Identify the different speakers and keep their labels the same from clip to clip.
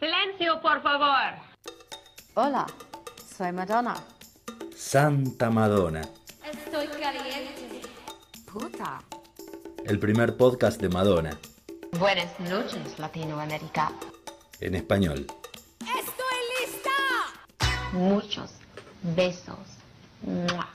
Speaker 1: Silencio, por favor.
Speaker 2: Hola, soy Madonna.
Speaker 3: Santa Madonna.
Speaker 4: Estoy caliente.
Speaker 2: Puta.
Speaker 3: El primer podcast de Madonna.
Speaker 5: Buenas noches, Latinoamérica.
Speaker 3: En español.
Speaker 4: Estoy lista.
Speaker 5: Muchos besos. ¡Mua!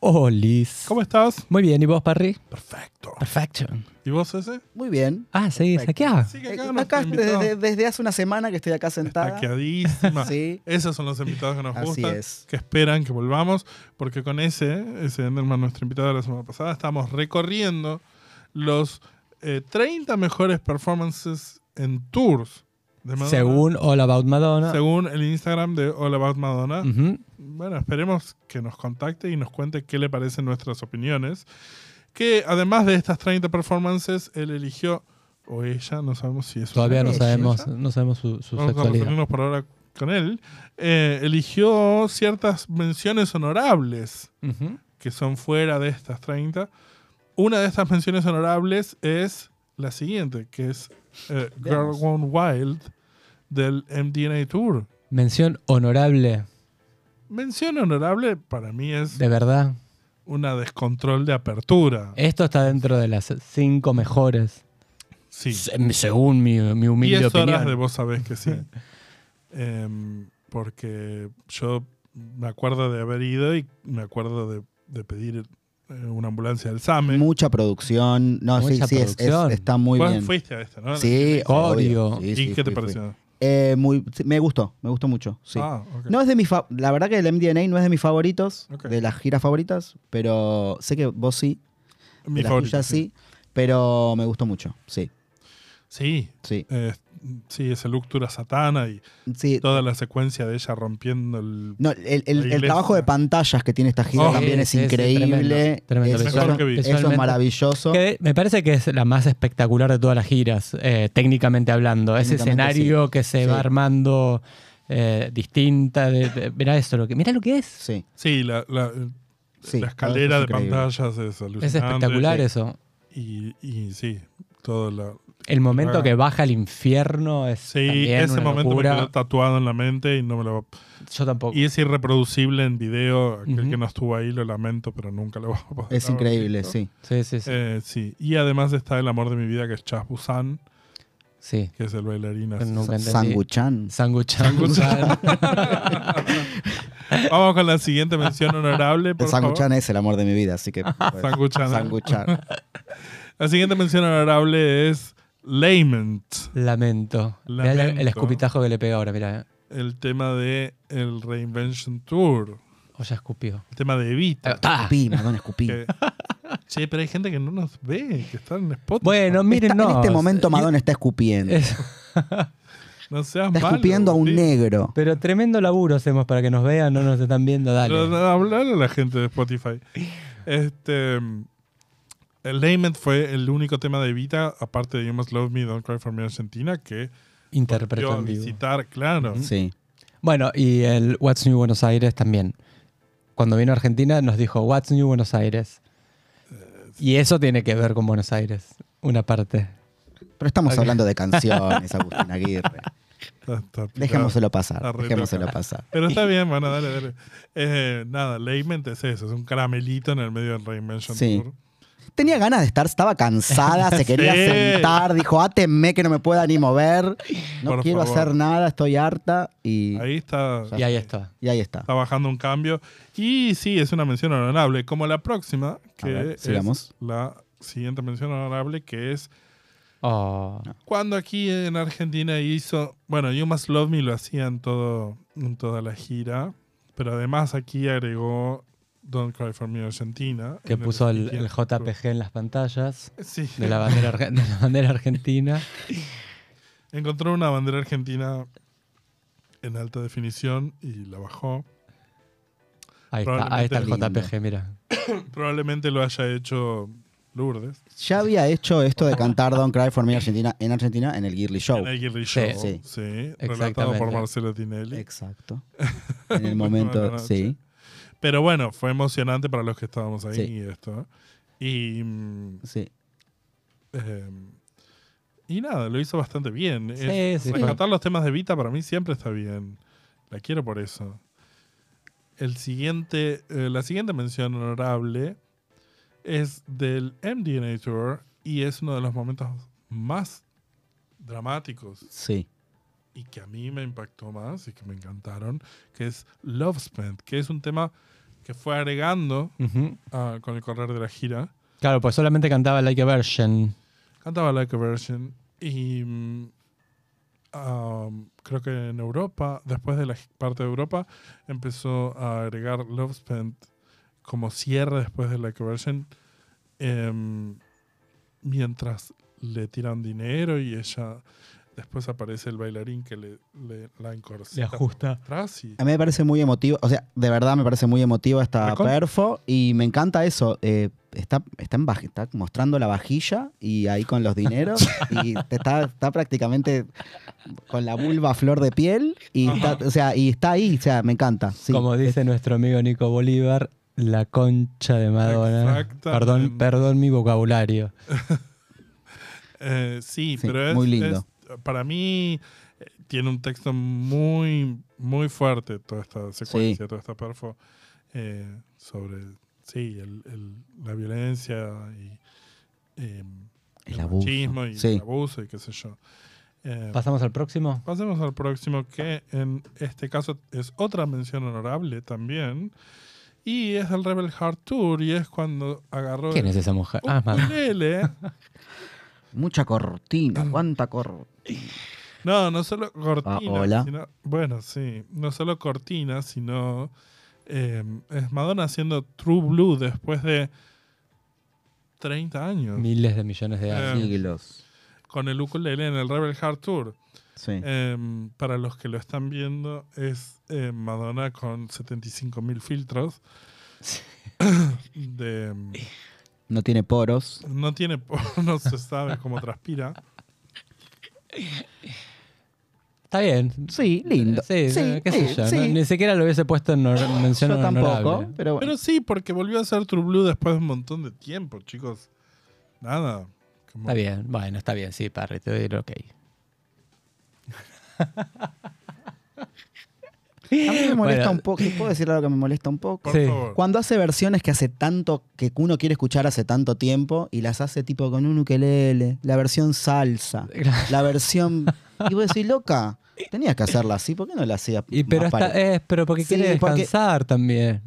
Speaker 6: Olis.
Speaker 7: ¿Cómo estás?
Speaker 6: Muy bien, ¿y vos, Parry?
Speaker 7: Perfecto.
Speaker 6: Perfecto.
Speaker 7: ¿Y vos ese?
Speaker 8: Muy bien.
Speaker 6: Ah, seguís acá.
Speaker 7: Sí, que
Speaker 8: Eh,
Speaker 7: acá,
Speaker 8: Acá,
Speaker 7: nos
Speaker 8: desde, desde hace una semana que estoy acá sentada.
Speaker 7: Hackeadísima.
Speaker 8: Sí.
Speaker 7: Esos son los invitados que nos
Speaker 8: Así
Speaker 7: gustan,
Speaker 8: es.
Speaker 7: que esperan que volvamos, porque con ese, ese Enderman, nuestro invitado de la semana pasada, estamos recorriendo los eh, 30 mejores performances en tours de Madonna,
Speaker 6: Según All About Madonna.
Speaker 7: según el Instagram de All About Madonna.
Speaker 8: Mm.
Speaker 6: Ujú.
Speaker 7: Bueno, esperemos que nos contacte y nos cuente qué le parecen nuestras opiniones. Que además de estas 30 performances, él eligió, o ella, no sabemos si es una
Speaker 6: Todavía no
Speaker 7: o
Speaker 6: sabemos,
Speaker 7: ella.
Speaker 6: no sabemos su, su
Speaker 7: Vamos a
Speaker 6: sexualidad.
Speaker 7: referirnos por ahora con él. Eh, eligió ciertas menciones honorables
Speaker 6: Ujú.
Speaker 7: que son fuera de estas 30. Una de estas menciones honorables es la siguiente, que es eh, Girl
Speaker 8: Veamos.
Speaker 7: Gone Wild del MDNA Tour.
Speaker 6: Mención honorable,
Speaker 7: Mención honorable para mí es
Speaker 6: de Eh, verdad.
Speaker 7: una descontrol de apertura.
Speaker 6: Esto está dentro de las cinco mejores,
Speaker 7: Sí.
Speaker 6: se- según mi, mi humilde
Speaker 7: 10
Speaker 6: opinión.
Speaker 7: horas de vos sabés que sí. Em, porque yo me acuerdo de haber ido y me acuerdo de, de pedir eh, una ambulancia del SAME.
Speaker 8: Mucha producción. No,
Speaker 6: Mucha
Speaker 8: sí, sí, es- es-
Speaker 6: producción.
Speaker 8: está muy
Speaker 7: Vos
Speaker 8: bien.
Speaker 7: fuiste a esta, ¿no?
Speaker 8: Sí,
Speaker 6: Coreo.
Speaker 8: obvio. Sí,
Speaker 7: ¿Y
Speaker 8: sí, fui,
Speaker 7: qué te
Speaker 8: fui.
Speaker 7: pareció?
Speaker 8: Eh, muy, sí, me gustó, me gustó mucho. Sí.
Speaker 7: Ah, ok.
Speaker 8: No es de mis fa- la verdad que el MDNA no es de mis favoritos,
Speaker 7: Ok.
Speaker 8: de las giras favoritas, pero sé que vos sí,
Speaker 7: Mi
Speaker 8: de las
Speaker 7: favorito,
Speaker 8: tuyas sí, pero me gustó mucho, sí,
Speaker 7: Sí.
Speaker 8: sí.
Speaker 7: Eh, sí, ese look Tura Satana y
Speaker 8: sí.
Speaker 7: toda la secuencia de ella rompiendo el.
Speaker 8: No, el, el-
Speaker 7: La
Speaker 8: el
Speaker 7: iglesia.
Speaker 8: trabajo de pantallas que tiene esta gira
Speaker 7: Oh.
Speaker 8: también es
Speaker 6: Sí, sí,
Speaker 8: increíble.
Speaker 6: tremendo, tremendo.
Speaker 8: Eso-
Speaker 7: Mejor que vi.
Speaker 8: eso,
Speaker 6: Visualmente.
Speaker 8: es maravilloso.
Speaker 6: Que me parece que es la más espectacular de todas las giras, eh, técnicamente hablando. Ese
Speaker 8: Técnicamente,
Speaker 6: escenario que se
Speaker 8: Sí.
Speaker 6: va armando eh, distinta. de- de- mirá esto, lo que, mirá lo que es.
Speaker 8: Sí,
Speaker 7: Sí, la, la-
Speaker 8: sí.
Speaker 7: la escalera
Speaker 8: Todo
Speaker 7: de
Speaker 8: eso es increíble.
Speaker 7: pantallas es alucinante.
Speaker 6: Es espectacular
Speaker 7: Sí.
Speaker 6: eso.
Speaker 7: Y, y sí, todo la.
Speaker 6: El momento
Speaker 7: Ah.
Speaker 6: que baja al infierno es
Speaker 7: Sí,
Speaker 6: también
Speaker 7: ese
Speaker 6: una
Speaker 7: momento
Speaker 6: locura.
Speaker 7: me quedó tatuado en la mente y no me lo
Speaker 6: Yo tampoco.
Speaker 7: Y es irreproducible en video. Aquel
Speaker 6: Ujú.
Speaker 7: que no estuvo ahí lo lamento, pero nunca lo vamos a poder.
Speaker 8: Es
Speaker 7: haber
Speaker 8: increíble,
Speaker 7: visto.
Speaker 8: sí.
Speaker 6: Sí, sí, sí.
Speaker 7: Eh, sí. Y además está el amor de mi vida, que es Chas Busan,
Speaker 6: sí.
Speaker 7: que es el bailarín. así.
Speaker 6: Nunca entendí.
Speaker 8: Sanguchan.
Speaker 6: Sanguchan.
Speaker 7: Vamos con la siguiente mención honorable.
Speaker 8: El
Speaker 7: Por
Speaker 8: Sanguchan
Speaker 7: favor.
Speaker 8: es el amor de mi vida, así que. pues,
Speaker 7: Sanguchan.
Speaker 8: Sanguchan.
Speaker 7: La siguiente mención honorable es Lament,
Speaker 6: Lamento. Mirá el- el
Speaker 7: Lamento.
Speaker 6: escupitajo que le pega ahora, eh. mira.
Speaker 7: el tema de el Reinvention Tour,
Speaker 6: O Oh, ya escupió.
Speaker 7: el tema de Evita.
Speaker 6: Ah,
Speaker 8: Escupí, Madonna, escupí.
Speaker 7: que- che, pero hay gente que no nos ve, que está en Spotify.
Speaker 6: Bueno, miren,
Speaker 8: Está-
Speaker 6: no.
Speaker 8: en este momento Madonna está escupiendo.
Speaker 6: Es-
Speaker 7: no seas
Speaker 8: Está
Speaker 7: malo,
Speaker 8: escupiendo a un
Speaker 7: sí.
Speaker 8: negro.
Speaker 6: pero tremendo laburo hacemos para que nos vean, no nos están viendo,
Speaker 7: Pero
Speaker 6: dale.
Speaker 7: de Hablar a la gente de Spotify. Este. mm, El Lament fue el único tema de Evita, aparte de You Must Love Me, Don't Cry for Me Argentina, que
Speaker 6: Interpretó
Speaker 7: yo
Speaker 6: en vivo.
Speaker 7: visitar, claro.
Speaker 8: Sí.
Speaker 6: Bueno, y el What's New Buenos Aires también. Cuando vino a Argentina nos dijo What's New Buenos Aires.
Speaker 7: Eh,
Speaker 6: Y eso tiene que ver con Buenos Aires, una parte.
Speaker 8: Pero estamos hablando de canciones, Agustín Aguirre.
Speaker 7: Está- está picado.
Speaker 8: Dejémoselo
Speaker 7: Está
Speaker 8: pasar.
Speaker 7: re
Speaker 8: Dejémoselo
Speaker 7: loca.
Speaker 8: pasar.
Speaker 7: Pero está bien, bueno, dale, dale. Eh, nada, Lament es eso, es un caramelito en el medio del Reinvention
Speaker 8: Sí.
Speaker 7: Tour.
Speaker 8: Tenía ganas de estar, estaba cansada, se quería
Speaker 7: Sí.
Speaker 8: sentar, dijo, átenme que no me pueda ni mover. No
Speaker 7: Por
Speaker 8: quiero
Speaker 7: favor.
Speaker 8: hacer nada, estoy harta. Y,
Speaker 7: Ahí está,
Speaker 6: Y ahí está.
Speaker 8: y ahí está.
Speaker 7: está bajando un cambio. Y sí, es una mención honorable, como la próxima, que
Speaker 8: ver,
Speaker 7: es
Speaker 8: sigamos.
Speaker 7: la siguiente mención honorable, que es
Speaker 6: Oh.
Speaker 7: cuando aquí en Argentina hizo, bueno, You Must Love Me lo hacía en, todo, en toda la gira, pero además aquí agregó Don't Cry For Me Argentina.
Speaker 6: Que
Speaker 7: en el
Speaker 6: puso el, el
Speaker 7: 2015.
Speaker 6: JPG en las pantallas
Speaker 7: Sí,
Speaker 6: de la bandera, arge- de la bandera argentina.
Speaker 7: encontró una bandera argentina en alta definición y la bajó.
Speaker 6: Ahí está, ahí está el
Speaker 8: Probablemente
Speaker 6: JPG, mira.
Speaker 7: Probablemente lo haya hecho Lourdes.
Speaker 8: Ya había hecho esto de cantar Don't Cry for Me Argentina en Argentina en el Girly Show.
Speaker 7: En el Girly Show. Sí,
Speaker 8: sí.
Speaker 7: relatado por
Speaker 6: Exactamente.
Speaker 7: Marcelo Tinelli.
Speaker 8: Exacto. En el momento,
Speaker 7: Buenas noches.
Speaker 8: sí.
Speaker 7: Pero bueno, fue emocionante para los que estábamos ahí
Speaker 8: Sí.
Speaker 7: y esto. Y mm,
Speaker 8: sí.
Speaker 7: eh, Y nada, lo hizo bastante bien.
Speaker 6: Sí,
Speaker 7: Es-
Speaker 6: sí,
Speaker 7: rescatar los temas de Vita para mí siempre está bien. La quiero por eso. El siguiente, eh, la siguiente mención honorable es del MDNA Tour y es uno de los momentos más dramáticos
Speaker 8: Sí.
Speaker 7: y que a mí me impactó más y que me encantaron, que es Love Spent, que es un tema que fue agregando
Speaker 6: Ujú.
Speaker 7: ah, con el correr de la gira.
Speaker 6: Claro, pues solamente cantaba Like a Virgin.
Speaker 7: Cantaba Like a Virgin y mm, am, creo que en Europa, después de la gi- parte de Europa, empezó a agregar Love Spent como cierre después de Like a Virgin. em, mientras le tiran dinero y ella después aparece el bailarín que le, le- la encorseta por
Speaker 6: ajusta.
Speaker 7: atrás y-
Speaker 8: A mí me parece muy emotivo, o sea, de verdad me parece muy emotiva esta
Speaker 7: Recontra.
Speaker 8: perfo y me encanta eso. eh, está, está, en baj- está mostrando la vajilla y ahí con los dineros y te está, está prácticamente con la vulva a flor de piel y está, o sea, y está ahí, o sea, me encanta. sí.
Speaker 6: Como dice nuestro amigo Nico Bolívar, la concha de Madonna.
Speaker 7: Exactamente.
Speaker 6: Perdón, perdón mi vocabulario.
Speaker 7: Eh, sí,
Speaker 8: Sí,
Speaker 7: pero es,
Speaker 8: muy lindo.
Speaker 7: es- para mí eh, tiene un texto muy, muy fuerte toda esta secuencia, toda esta perfo eh, sobre, sí, el- el- la violencia y eh,
Speaker 8: El abuso,
Speaker 7: machismo y
Speaker 8: sí.
Speaker 7: el abuso y qué sé yo. Eh,
Speaker 6: ¿Pasamos al próximo?
Speaker 7: pasemos al próximo, que en este caso es otra mención honorable también. Y es el Rebel Heart Tour, y es cuando agarró
Speaker 6: ¿Quién
Speaker 7: el
Speaker 6: es esa mujer? Ah, Madonna.
Speaker 7: ukulele
Speaker 8: Mucha cortina, cuánta cortina.
Speaker 7: No, no solo cortina.
Speaker 8: Ah, hola.
Speaker 7: sino- bueno, sí. No solo cortina, sino. eh, es Madonna haciendo True Blue después de 30 años.
Speaker 6: Miles de millones de años.
Speaker 7: Eh,
Speaker 8: Siglos.
Speaker 7: Con el ukulele en el Rebel Heart Tour.
Speaker 8: Sí.
Speaker 7: Eh, para los que lo están viendo, es eh, Madonna con 75.000 filtros. de, em,
Speaker 8: No tiene poros.
Speaker 7: no tiene. No se sabe cómo transpira.
Speaker 6: Está bien.
Speaker 8: Sí, lindo.
Speaker 6: Eh, Sí,
Speaker 8: Sí,
Speaker 6: qué sé
Speaker 8: sí,
Speaker 6: yo.
Speaker 8: sí.
Speaker 6: no- ni siquiera lo hubiese puesto en hor- mención
Speaker 8: Yo tampoco,
Speaker 6: honorable.
Speaker 8: pero bueno.
Speaker 7: Pero sí, porque volvió a ser True Blue después de un montón de tiempo, chicos. Nada. Como-
Speaker 6: Está bien, bueno, está bien, sí, Parry, te doy el ok.
Speaker 8: A mí me molesta
Speaker 6: Bueno.
Speaker 8: un poco. ¿Puedo decir algo que me molesta un poco?
Speaker 7: Por
Speaker 6: Sí.
Speaker 7: favor.
Speaker 8: Cuando hace versiones que hace tanto, que uno quiere escuchar hace tanto tiempo, y las hace tipo con un ukelele, la versión salsa, la versión. Y vos decís, loca, tenías que hacerla así, ¿por qué no la hacías?
Speaker 6: Y
Speaker 8: más
Speaker 6: pero
Speaker 8: pare-
Speaker 6: está, eh, es, pero porque
Speaker 8: Sí,
Speaker 6: quiere
Speaker 8: porque-
Speaker 6: descansar también.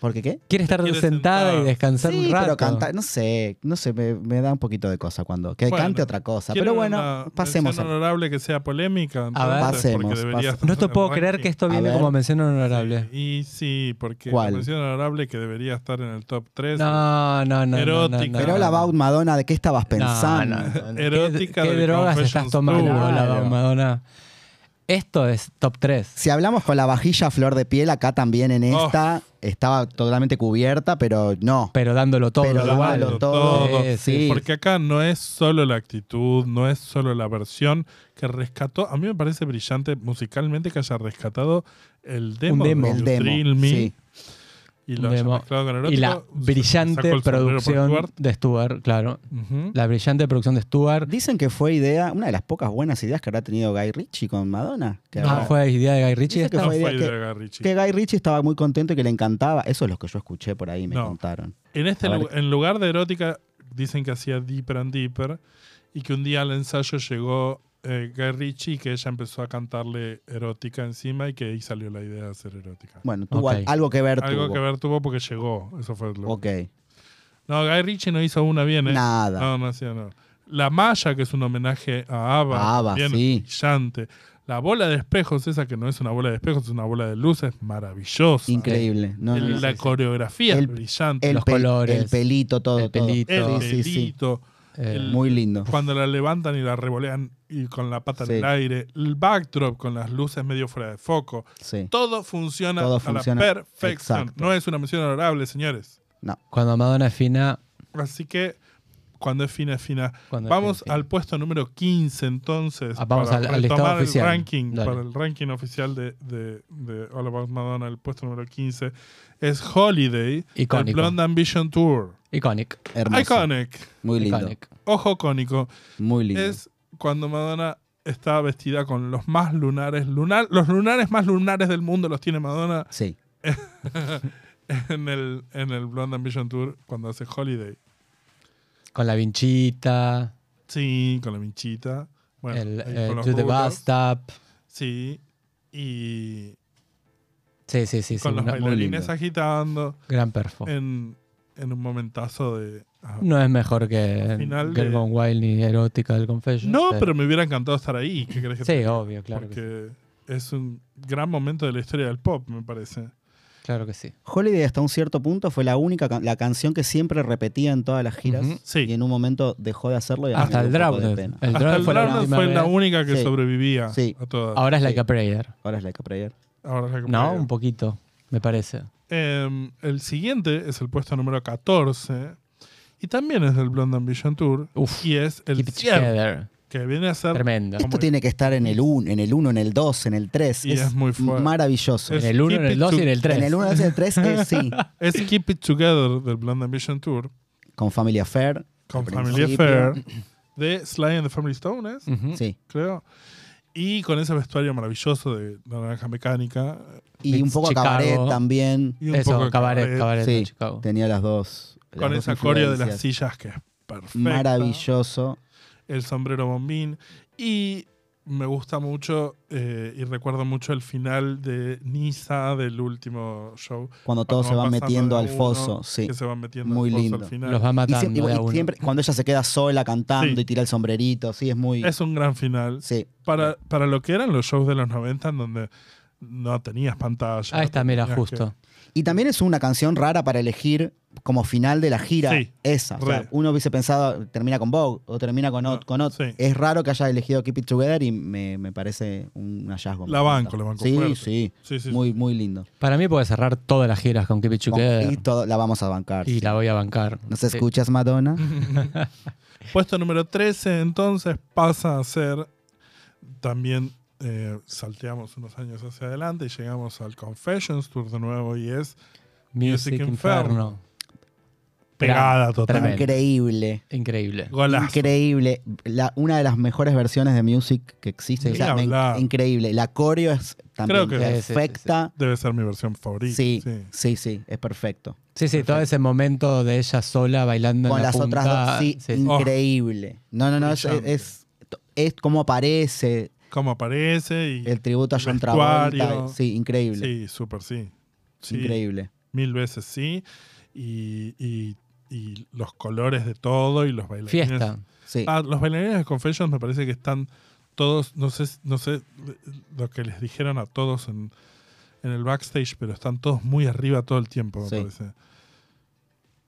Speaker 8: ¿Por qué qué?
Speaker 6: Quiere estar
Speaker 7: Quiere
Speaker 6: sentada
Speaker 7: sentar.
Speaker 6: y descansar
Speaker 8: Sí,
Speaker 6: un rato.
Speaker 8: pero canta, no sé, no sé, me, me da un poquito de cosa cuando. Que
Speaker 7: Bueno,
Speaker 8: cante otra cosa.
Speaker 7: Quiero
Speaker 8: Pero bueno,
Speaker 7: una
Speaker 8: pasemos.
Speaker 7: mención
Speaker 8: a-
Speaker 7: honorable que sea polémica. entonces,
Speaker 8: Pasemos,
Speaker 7: porque debería
Speaker 8: pasemos.
Speaker 7: estar
Speaker 6: No te
Speaker 7: en el
Speaker 6: puedo creer que
Speaker 7: ranking.
Speaker 6: esto
Speaker 8: A
Speaker 6: viene
Speaker 8: ver.
Speaker 6: como mención honorable.
Speaker 7: Y sí, porque
Speaker 8: ¿Cuál?
Speaker 7: la mención honorable que debería estar en el top 3.
Speaker 6: No, no, no.
Speaker 7: Erótica.
Speaker 6: no, no,
Speaker 8: Pero
Speaker 6: no,
Speaker 8: la
Speaker 6: no.
Speaker 8: Baud Madonna, ¿de qué estabas pensando?
Speaker 6: No, no, no.
Speaker 7: Erótica
Speaker 6: ¿Qué, qué
Speaker 7: del
Speaker 6: drogas estás
Speaker 7: Confessions
Speaker 6: tomando,
Speaker 7: Tour.
Speaker 6: la
Speaker 8: Claro.
Speaker 6: Madonna? Esto es top 3.
Speaker 8: Si hablamos con la vajilla a flor de piel, acá también en
Speaker 7: Oh.
Speaker 8: esta estaba totalmente cubierta, pero no.
Speaker 6: Pero dándolo todo.
Speaker 8: Pero
Speaker 6: igual.
Speaker 7: Eh,
Speaker 8: dándolo todo, eh,
Speaker 6: Sí,
Speaker 8: sí.
Speaker 7: Porque acá no es solo la actitud, no es solo la versión que rescató. A mí me parece brillante musicalmente que haya rescatado el demo,
Speaker 6: demo.
Speaker 7: de
Speaker 8: El
Speaker 7: You
Speaker 8: demo.
Speaker 7: Thrill Me
Speaker 8: sí.
Speaker 7: y lo
Speaker 6: Un
Speaker 7: haya
Speaker 6: demo.
Speaker 7: mezclado con
Speaker 6: Y la
Speaker 7: erótico. Se- sacó
Speaker 6: brillante
Speaker 7: el sombrero por
Speaker 6: producción
Speaker 7: Stuart.
Speaker 6: de Stuart, claro.
Speaker 7: Ujú.
Speaker 6: La brillante producción de Stuart.
Speaker 8: Dicen que fue idea, una de las pocas buenas ideas que habrá tenido Guy Ritchie con Madonna. Que,
Speaker 6: Ah,
Speaker 8: habrá-
Speaker 6: fue idea de Guy Ritchie.
Speaker 8: Dice que
Speaker 6: esta.
Speaker 7: No
Speaker 8: fue
Speaker 7: fue
Speaker 8: idea
Speaker 7: idea
Speaker 8: que-
Speaker 7: de Guy Ritchie.
Speaker 8: que Guy Ritchie estaba muy contento y que le encantaba. Eso es lo que yo escuché por ahí, me
Speaker 7: No.
Speaker 8: contaron.
Speaker 7: En este
Speaker 8: A ver.
Speaker 7: lu- en lugar de erótica, dicen que hacía Deeper and Deeper y que un día al ensayo llegó eh, Guy Ritchie y que ella empezó a cantarle erótica encima y que ahí salió la idea de hacer erótica.
Speaker 8: Bueno, tuvo al-
Speaker 6: Ok.
Speaker 8: algo que ver
Speaker 7: Algo
Speaker 8: tuvo.
Speaker 7: que ver tuvo porque llegó. Eso fue lo.
Speaker 8: Ok.
Speaker 7: No, Guy Ritchie no hizo una bien, ¿eh?
Speaker 8: Nada.
Speaker 7: No, no hacía nada. La malla, que es un homenaje a Ava.
Speaker 8: A ABBA,
Speaker 7: bien
Speaker 8: sí.
Speaker 7: brillante. La bola de espejos, esa que no es una bola de espejos, es una bola de luces maravillosa.
Speaker 8: Increíble. No, no,
Speaker 7: El-
Speaker 8: no.
Speaker 7: la coreografía
Speaker 8: El-
Speaker 7: es brillante.
Speaker 8: El
Speaker 6: los
Speaker 8: pe-
Speaker 6: colores,
Speaker 8: El pelito, todo.
Speaker 6: el
Speaker 8: todo.
Speaker 6: pelito.
Speaker 7: El
Speaker 8: Sí, sí, sí.
Speaker 7: pelito,
Speaker 6: Eh,
Speaker 7: el-
Speaker 8: Muy lindo.
Speaker 7: Cuando la levantan y la revolean y con la pata
Speaker 8: Sí.
Speaker 7: en el aire. El backdrop con las luces medio fuera de foco.
Speaker 8: Sí.
Speaker 7: Todo funciona
Speaker 8: Todo
Speaker 7: a
Speaker 8: funciona.
Speaker 7: la perfección.
Speaker 8: Exacto.
Speaker 7: No es una mención honorable, señores.
Speaker 8: No.
Speaker 6: Cuando Madonna es fina,
Speaker 7: Así que cuando es fina, es fina.
Speaker 6: Cuando es
Speaker 7: vamos
Speaker 6: fina, es fina.
Speaker 7: al puesto número 15 entonces.
Speaker 6: Ah, vamos al- al listado
Speaker 7: retomar el
Speaker 6: oficial.
Speaker 7: ranking.
Speaker 6: Dale.
Speaker 7: Para el ranking oficial de, de- de All About Madonna, el puesto número 15 es Holiday,
Speaker 6: Icónico.
Speaker 7: el Blonde Ambition Tour.
Speaker 6: iconic.
Speaker 8: Hermoso.
Speaker 7: Iconic.
Speaker 8: Muy lindo.
Speaker 6: Iconic.
Speaker 7: Ojo cónico.
Speaker 8: Muy lindo.
Speaker 7: Es cuando Madonna estaba vestida con los más lunares, lunar, los lunares más lunares del mundo los tiene Madonna
Speaker 8: Sí.
Speaker 7: en el, en el Blonde Ambition Tour cuando hace Holiday.
Speaker 6: Con la vinchita,
Speaker 7: Sí, con la minchita. Bueno,
Speaker 6: el
Speaker 7: ahí
Speaker 6: eh,
Speaker 7: con los
Speaker 6: Do the
Speaker 7: rulos.
Speaker 6: Bastap.
Speaker 7: Sí. Y
Speaker 6: Sí, sí, sí. sí,
Speaker 7: con los
Speaker 6: una- Oh.
Speaker 7: bailarines
Speaker 8: lindo.
Speaker 7: agitando
Speaker 6: gran perfo.
Speaker 7: en, en un momentazo de... ah, ajá.
Speaker 6: No es mejor que
Speaker 7: Eh, final
Speaker 6: Girl
Speaker 7: de-
Speaker 6: Gone Wild ni Erótica del Confession.
Speaker 7: No, pero me hubiera encantado estar ahí. ¿Qué querés que te
Speaker 6: Sí,
Speaker 7: diga?
Speaker 6: obvio, claro que sí.
Speaker 7: Porque es un gran momento de la historia del pop, me parece.
Speaker 6: Claro que sí.
Speaker 8: Holiday hasta un cierto punto fue la única can- la canción que siempre repetía en todas las giras
Speaker 6: Ujú.
Speaker 7: Sí.
Speaker 8: y en un momento dejó de hacerlo y a mí
Speaker 6: Hasta
Speaker 8: me
Speaker 6: el
Speaker 8: dio un poco de
Speaker 6: Drowner.
Speaker 8: pena.
Speaker 6: El
Speaker 7: Hasta
Speaker 6: Drowner
Speaker 7: el
Speaker 6: fue la
Speaker 7: Lana
Speaker 6: última
Speaker 7: fue la
Speaker 6: vez.
Speaker 7: única que
Speaker 8: Sí.
Speaker 7: sobrevivía
Speaker 8: Sí.
Speaker 7: a todas.
Speaker 6: Ahora es
Speaker 8: Sí.
Speaker 6: like a prayer.
Speaker 8: Ahora es la que Prayer.
Speaker 7: Ahora es la que
Speaker 6: No,
Speaker 7: puede.
Speaker 6: un poquito, me parece.
Speaker 7: Em, el siguiente es el puesto número 14 y también es del Blonde Ambition Tour
Speaker 6: Uf,
Speaker 7: y es el
Speaker 6: Keep it
Speaker 7: cierre
Speaker 6: together.
Speaker 7: que viene a ser
Speaker 6: Tremendo.
Speaker 7: Como
Speaker 8: Esto tiene que estar en el 1, en el 1, en el 2, en el 3.
Speaker 7: Y es muy fuerte.
Speaker 8: maravilloso.
Speaker 6: En el 1, en
Speaker 7: Keep
Speaker 6: el
Speaker 7: it
Speaker 6: 2 y
Speaker 7: to-
Speaker 6: en el 3.
Speaker 8: En el 1, en el 3, sí.
Speaker 7: es Keep It Together del Blonde Ambition Tour
Speaker 8: Con Family Affair.
Speaker 7: con
Speaker 8: al
Speaker 7: Family
Speaker 8: principio.
Speaker 7: Affair de Sly and the Family Stone ¿es?
Speaker 8: Sí.
Speaker 7: creo y con ese vestuario maravilloso de la naranja mecánica
Speaker 8: Y un poco a
Speaker 6: Chicago.
Speaker 8: cabaret también.
Speaker 7: y un
Speaker 6: Eso,
Speaker 7: poco de
Speaker 6: cabaret, cabaret de
Speaker 8: Sí,
Speaker 6: Chicago.
Speaker 8: tenía las dos. las
Speaker 7: con
Speaker 8: dos
Speaker 7: esa coreo de las
Speaker 8: influencias.
Speaker 7: sillas que es perfecta
Speaker 8: Maravilloso.
Speaker 7: el sombrero bombín y me gusta mucho eh, y recuerdo mucho el final de Niza del último show
Speaker 8: Cuando todos se van
Speaker 7: pasando
Speaker 8: metiendo
Speaker 7: de
Speaker 8: al
Speaker 7: a
Speaker 8: foso,
Speaker 7: uno,
Speaker 8: sí.
Speaker 7: que se van metiendo
Speaker 8: Muy
Speaker 7: al foso
Speaker 8: lindo.
Speaker 7: al final.
Speaker 6: Los va
Speaker 8: Y
Speaker 6: matando
Speaker 8: siempre,
Speaker 6: de a
Speaker 8: y
Speaker 6: uno.
Speaker 8: siempre- cuando ella se queda sola cantando
Speaker 7: Sí.
Speaker 8: y tira el sombrerito, sí, es muy.
Speaker 7: es un gran final
Speaker 8: Sí.
Speaker 7: para, para lo que eran los shows de los 90 en donde no tenías pantalla
Speaker 6: Ahí está, mira,
Speaker 7: tenías que-
Speaker 6: justo.
Speaker 8: Y también es una canción rara para elegir como final de la gira.
Speaker 7: Sí,
Speaker 8: esa. O sea,
Speaker 7: re.
Speaker 8: uno hubiese pensado, termina con Vogue o termina con, ot-
Speaker 7: No,
Speaker 8: con otro.
Speaker 7: sí.
Speaker 8: Es raro que haya elegido Keep It Together y me, me parece un hallazgo.
Speaker 7: La
Speaker 8: Me
Speaker 7: banco,
Speaker 8: encanta.
Speaker 7: la banco
Speaker 8: Sí,
Speaker 7: fuerte.
Speaker 8: sí.
Speaker 7: Sí, sí,
Speaker 8: Muy, muy lindo.
Speaker 6: Para mí puede cerrar todas las giras con Keep It Together
Speaker 8: Y
Speaker 6: y,
Speaker 8: todo, la vamos a bancar. sí.
Speaker 6: la voy a bancar.
Speaker 8: ¿Nos
Speaker 6: Sí.
Speaker 8: escuchas, Madonna?
Speaker 7: Puesto número 13, entonces pasa a ser también eh, salteamos unos años hacia adelante y llegamos al Confessions Tour de nuevo y es
Speaker 6: Music
Speaker 7: Music
Speaker 6: Inferno.
Speaker 7: pegada
Speaker 6: Gran,
Speaker 7: total.
Speaker 6: tremendo.
Speaker 8: Increíble.
Speaker 6: Increíble.
Speaker 7: Golazo.
Speaker 8: Increíble. La- una de las mejores versiones de music que existe.
Speaker 7: Ni
Speaker 8: O sea, me-
Speaker 7: hablar.
Speaker 8: increíble. La coreo es también
Speaker 7: Creo
Speaker 6: que- Sí, sí, sí,
Speaker 8: perfecta.
Speaker 7: Debe ser mi versión favorita.
Speaker 8: Sí, sí, sí, es perfecto.
Speaker 6: Sí, sí, todo ese momento de ella sola bailando
Speaker 8: Con
Speaker 6: en la
Speaker 8: las otras
Speaker 6: punta.
Speaker 8: dos, sí,
Speaker 6: Sí, sí.
Speaker 8: increíble. No, no, no, es,
Speaker 7: Brillante.
Speaker 8: es, es como aparece
Speaker 7: Cómo aparece y...
Speaker 8: el tributo a John
Speaker 7: Vestuario.
Speaker 8: Travolta. Sí, increíble.
Speaker 7: sí, súper sí. Sí,
Speaker 8: Increíble.
Speaker 7: mil veces sí. Y, y- y los colores de todo y los bailarines.
Speaker 6: Fiesta.
Speaker 8: Sí.
Speaker 7: Ah, los bailarines de Confessions me parece que están todos, no sé, no sé lo que les dijeron a todos en, en el backstage, pero están todos muy arriba todo el tiempo, me
Speaker 8: Sí.
Speaker 7: parece.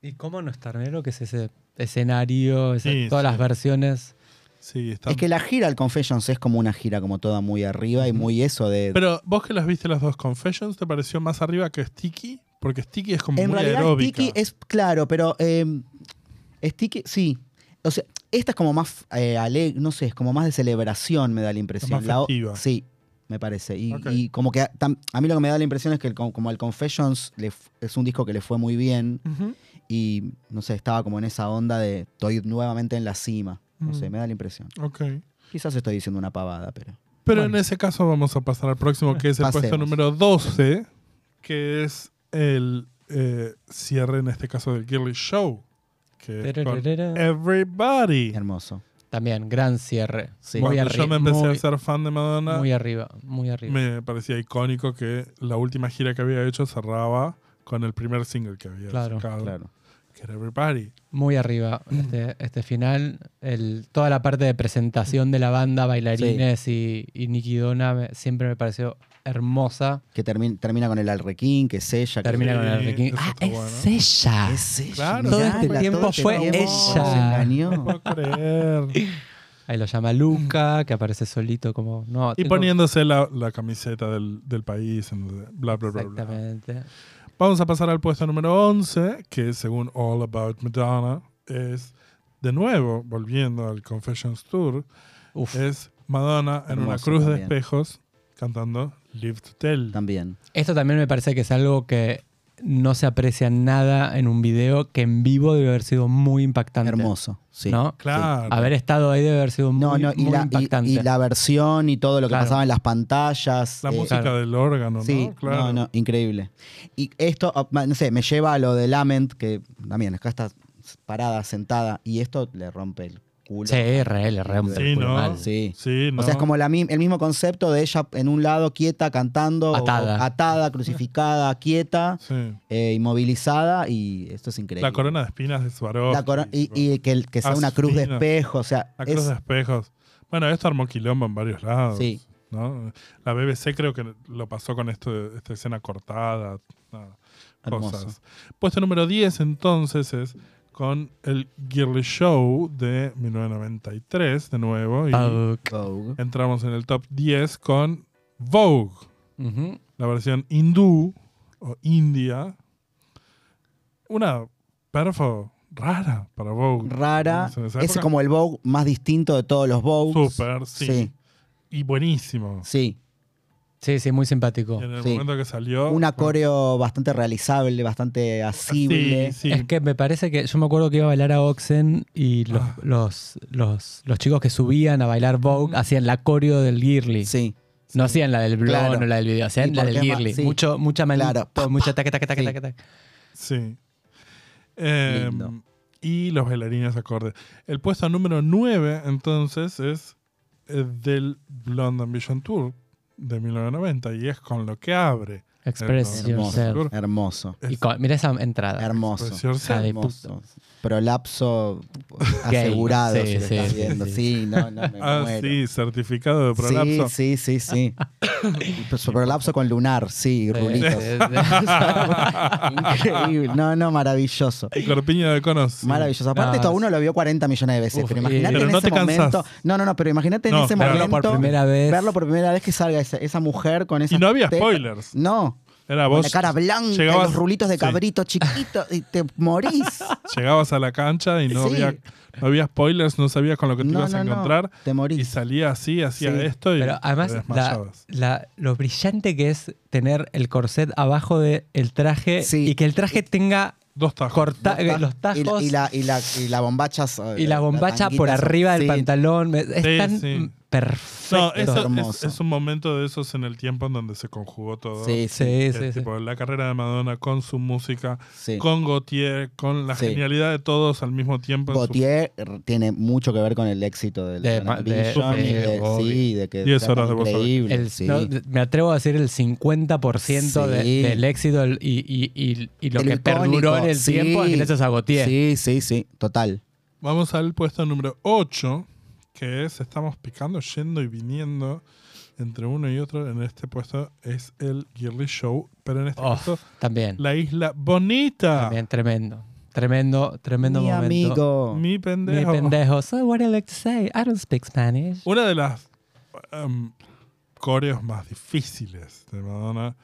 Speaker 6: ¿Y cómo no estar negro? Que es ese escenario, esa-
Speaker 7: Sí,
Speaker 6: todas
Speaker 7: sí.
Speaker 6: las versiones.
Speaker 7: Sí, están.
Speaker 8: Es que la gira al Confessions es como una gira como toda muy arriba y muy eso de...
Speaker 7: Pero vos que las viste las dos Confessions, ¿te pareció más arriba que Sticky? Porque Sticky es como
Speaker 8: En
Speaker 7: muy
Speaker 8: realidad
Speaker 7: aeróbica.
Speaker 8: Sticky es claro, pero eh, Sticky, sí. O sea, esta es como más eh, ale- no sé, es como más de celebración, me da la impresión.
Speaker 7: más
Speaker 8: La o-
Speaker 7: festiva.
Speaker 8: sí, me parece. Y,
Speaker 7: Ok.
Speaker 8: y como que a, tam- a mí lo que me da la impresión es que el con- como el Confessions le f- es un disco que le fue muy bien
Speaker 7: Ujú.
Speaker 8: y no sé, estaba como en esa onda de estoy nuevamente en la cima. No sé,
Speaker 7: Mm.
Speaker 8: me da la impresión.
Speaker 7: Ok.
Speaker 8: Quizás estoy diciendo una pavada, pero
Speaker 7: Pero
Speaker 6: Bueno.
Speaker 7: en ese caso vamos a pasar al próximo, que es el puesto
Speaker 8: Pasemos.
Speaker 7: número 12, que es el eh, cierre, en este caso, del Girly Show. Que es con
Speaker 6: Tererera.
Speaker 7: Everybody.
Speaker 8: hermoso.
Speaker 6: También, gran cierre.
Speaker 8: Sí.
Speaker 6: Muy,
Speaker 7: Cuando
Speaker 6: arriba,
Speaker 7: yo me empecé
Speaker 6: muy,
Speaker 7: a ser fan de Madonna,
Speaker 6: muy arriba. Muy arriba.
Speaker 7: me parecía icónico que la última gira que había hecho cerraba con el primer single que había
Speaker 6: Claro.
Speaker 7: sacado,
Speaker 8: Claro.
Speaker 7: que era Everybody.
Speaker 6: Muy arriba
Speaker 8: Mm.
Speaker 6: este, este final. El- toda la parte de presentación de la banda, bailarines y, y Nicky Dona me- siempre me pareció hermosa.
Speaker 8: Que termina, termina con el Alrequín, que es ella. que-
Speaker 6: Termina con el
Speaker 7: Sí,
Speaker 6: Requin.
Speaker 7: eso
Speaker 6: Ah,
Speaker 7: está
Speaker 6: es
Speaker 7: bueno.
Speaker 6: ella.
Speaker 8: Es ella,
Speaker 7: Claro.
Speaker 6: Todo
Speaker 8: mirá,
Speaker 6: este
Speaker 8: la-
Speaker 6: tiempo
Speaker 8: este
Speaker 6: fue
Speaker 8: tiempo
Speaker 6: ella.
Speaker 8: nos
Speaker 7: No
Speaker 8: engañó.
Speaker 7: puedo creer.
Speaker 6: Ahí lo llama
Speaker 8: Mm.
Speaker 6: Luca, que aparece solito como... No,
Speaker 7: Y
Speaker 6: tengo-
Speaker 7: poniéndose la, la camiseta del, del país, en donde bla, bla, bla, bla.
Speaker 6: Exactamente.
Speaker 7: Vamos a pasar al puesto número 11, que según All About Madonna es, de nuevo, volviendo al Confessions Tour,
Speaker 6: Uf,
Speaker 7: es Madonna en una
Speaker 8: Hermoso
Speaker 7: cruz de
Speaker 8: también.
Speaker 7: espejos cantando Live to Tell.
Speaker 8: También.
Speaker 6: Esto también me parece que es algo que no se aprecia nada en un video que en vivo debe haber sido muy impactante.
Speaker 8: Hermoso, sí.
Speaker 6: ¿No?
Speaker 7: Claro.
Speaker 6: Haber estado ahí debe haber sido muy,
Speaker 8: No, no, y
Speaker 6: muy
Speaker 8: la, y-
Speaker 6: impactante.
Speaker 8: y la versión y todo lo que
Speaker 6: Claro.
Speaker 8: pasaba en las pantallas.
Speaker 7: La
Speaker 8: eh,
Speaker 7: música
Speaker 6: claro.
Speaker 7: del órgano,
Speaker 8: Sí,
Speaker 7: ¿no? Claro.
Speaker 8: no, no, increíble. Y esto, oh, ma- no sé, me lleva a lo de Lament, que también acá está parada, sentada, y esto le rompe el culo.
Speaker 6: Sí, re, le re un
Speaker 7: Sí,
Speaker 6: culo
Speaker 7: ¿no?
Speaker 6: mal.
Speaker 8: Sí.
Speaker 7: Sí, no.
Speaker 8: O sea, es como la mi- el mismo concepto de ella en un lado quieta, cantando, o-
Speaker 6: Atada.
Speaker 8: atada crucificada, quieta,
Speaker 7: Sí.
Speaker 8: eh, inmovilizada, y esto es increíble.
Speaker 7: La corona de espinas de Swarovski.
Speaker 8: La coro- y, y que, el- que
Speaker 7: Ah,
Speaker 8: sea una cruz de
Speaker 7: Asesina.
Speaker 8: espejo, o sea,
Speaker 7: La
Speaker 8: es-
Speaker 7: cruz de espejos. Bueno, esto armó quilombo en varios lados.
Speaker 8: Sí.
Speaker 7: ¿no? La BBC creo que lo pasó con esto, esta escena cortada. nada,
Speaker 8: Hermoso.
Speaker 7: cosas. Puesto número 10 entonces es con el Girly Show de 1993 de nuevo. Y
Speaker 6: Pau-
Speaker 8: Vogue.
Speaker 7: entramos en el top 10 con Vogue,
Speaker 6: Ujú.
Speaker 7: la versión hindú o india. Una perfo rara para Vogue.
Speaker 8: rara.
Speaker 7: En esa
Speaker 8: Es
Speaker 7: época.
Speaker 8: como el Vogue más distinto de todos los Vogues.
Speaker 7: Súper, sí.
Speaker 8: Sí,
Speaker 7: Y buenísimo.
Speaker 8: sí.
Speaker 6: Sí, sí, muy simpático.
Speaker 7: En el
Speaker 8: Sí.
Speaker 7: momento que salió.
Speaker 8: Una
Speaker 7: fue-
Speaker 8: coreo bastante realizable, bastante asible.
Speaker 7: Sí, sí.
Speaker 6: Es que me parece que yo me acuerdo que iba a bailar a Oxen y los,
Speaker 7: Ah.
Speaker 6: los, los, los chicos que subían a bailar Vogue hacían la coreo del Girly.
Speaker 8: Sí.
Speaker 6: No hacían la del Blon
Speaker 8: Claro.
Speaker 6: o la del video, hacían
Speaker 8: Sí,
Speaker 6: la
Speaker 8: porque
Speaker 6: del
Speaker 8: es más-
Speaker 6: Girly.
Speaker 8: sí.
Speaker 6: Mucho, mucha manito,
Speaker 8: Claro. Pa,
Speaker 6: mucho taque, taque, taque,
Speaker 8: Sí.
Speaker 6: taque, taque.
Speaker 7: Sí. Eh,
Speaker 8: Lindo.
Speaker 7: Y los bailarines acorde. El puesto número 9, entonces, es eh, del Blonde Ambition Tour de 1990 y es con lo que abre.
Speaker 6: Express
Speaker 7: Hermoso.
Speaker 6: yourself.
Speaker 7: Hermoso.
Speaker 8: Hermoso.
Speaker 7: Es
Speaker 6: Y con- mira esa entrada.
Speaker 8: Hermoso.
Speaker 7: precioso.
Speaker 6: Ah, de
Speaker 8: Hermoso. Prolapso
Speaker 6: Gay.
Speaker 8: asegurado,
Speaker 6: Sí,
Speaker 8: si lo
Speaker 6: sí,
Speaker 8: estás
Speaker 6: sí,
Speaker 8: viendo.
Speaker 6: sí.
Speaker 8: Sí, no, no, me
Speaker 7: Ah,
Speaker 8: muero.
Speaker 7: sí, certificado de prolapso.
Speaker 8: Sí, sí, sí, sí. Su prolapso con lunar, sí, rulitos. Increíble. No, no, maravilloso.
Speaker 7: Y corpiño de conos.
Speaker 8: Maravilloso. Aparte,
Speaker 6: No,
Speaker 8: esto a
Speaker 6: es-
Speaker 8: uno lo vio 40 millones de veces.
Speaker 6: Uf,
Speaker 8: pero
Speaker 6: y-
Speaker 8: imagínate
Speaker 7: Ah, Pero
Speaker 8: en
Speaker 7: no
Speaker 8: ese
Speaker 7: te cansás.
Speaker 8: momento. No, no, no, pero imagínate en
Speaker 7: No,
Speaker 8: ese
Speaker 7: verlo
Speaker 8: momento.
Speaker 7: por
Speaker 6: primera vez.
Speaker 8: Verlo por primera vez que salga esa, esa mujer con esa.
Speaker 7: Y no había spoilers.
Speaker 8: No.
Speaker 7: Era
Speaker 8: Con
Speaker 7: vos.
Speaker 8: la cara blanca, y
Speaker 7: llegabas-
Speaker 8: los rulitos de
Speaker 7: sí.
Speaker 8: cabrito chiquitos, y te morís.
Speaker 7: Llegabas a la cancha y no,
Speaker 8: Sí.
Speaker 7: había, no había spoilers, no sabías con lo que te
Speaker 8: No,
Speaker 7: ibas a
Speaker 8: no, no,
Speaker 7: encontrar.
Speaker 8: te
Speaker 7: y
Speaker 8: morís.
Speaker 7: salía así, hacía
Speaker 8: Sí.
Speaker 7: esto y
Speaker 6: Pero además,
Speaker 7: te
Speaker 6: la-
Speaker 7: desmayabas.
Speaker 6: la- lo brillante que es tener el corset abajo del traje
Speaker 8: Sí.
Speaker 6: y que el traje tenga
Speaker 7: Dos tajos.
Speaker 6: corta-
Speaker 7: eh,
Speaker 8: Los ta-
Speaker 6: los
Speaker 8: y
Speaker 6: tajos
Speaker 8: la- Y la, y la, y la bombacha.
Speaker 6: y la bombacha por arriba del
Speaker 8: pantalón.
Speaker 6: pantalón. Me- Es
Speaker 7: Sí,
Speaker 6: tan
Speaker 7: sí.
Speaker 6: perfecto.
Speaker 7: No, eso es,
Speaker 8: hermoso.
Speaker 7: es un momento de esos en el tiempo en donde se conjugó todo.
Speaker 8: Sí, sí,
Speaker 6: Sí,
Speaker 7: Es
Speaker 6: sí, sí.
Speaker 7: tipo, la carrera de Madonna con su música,
Speaker 8: sí.
Speaker 7: con Gautier, con la
Speaker 8: Sí.
Speaker 7: genialidad de todos al mismo tiempo. en su-
Speaker 8: Gautier tiene mucho que ver con el éxito del
Speaker 6: De-
Speaker 8: Grand
Speaker 6: de-
Speaker 8: Vision y
Speaker 6: de-
Speaker 8: de-
Speaker 6: obvio.
Speaker 8: sí, de que
Speaker 7: Diez
Speaker 8: sea tan
Speaker 7: horas de voz
Speaker 8: increíble.
Speaker 6: El-
Speaker 8: sí.
Speaker 6: no, de- me atrevo a decir el 50% de-
Speaker 8: Sí.
Speaker 6: del éxito el- y, y- y- y lo
Speaker 8: De
Speaker 6: que
Speaker 8: icónico,
Speaker 6: perduró en el
Speaker 8: sí.
Speaker 6: tiempo es gracias a Gautier.
Speaker 8: Sí, sí, sí, total.
Speaker 7: Vamos al puesto número 8, que es, estamos picando, yendo y viniendo entre uno y otro. En este puesto es el Girly Show, pero en este
Speaker 6: Oh,
Speaker 7: puesto,
Speaker 6: también,
Speaker 7: la isla bonita.
Speaker 6: también tremendo. Tremendo, tremendo
Speaker 8: Mi
Speaker 6: momento.
Speaker 8: amigo.
Speaker 7: Mi
Speaker 6: Mi
Speaker 7: pendejo.
Speaker 6: pendejo. So what I like to say, I don't speak Spanish.
Speaker 7: Una de las em, coreos más difíciles de Madonna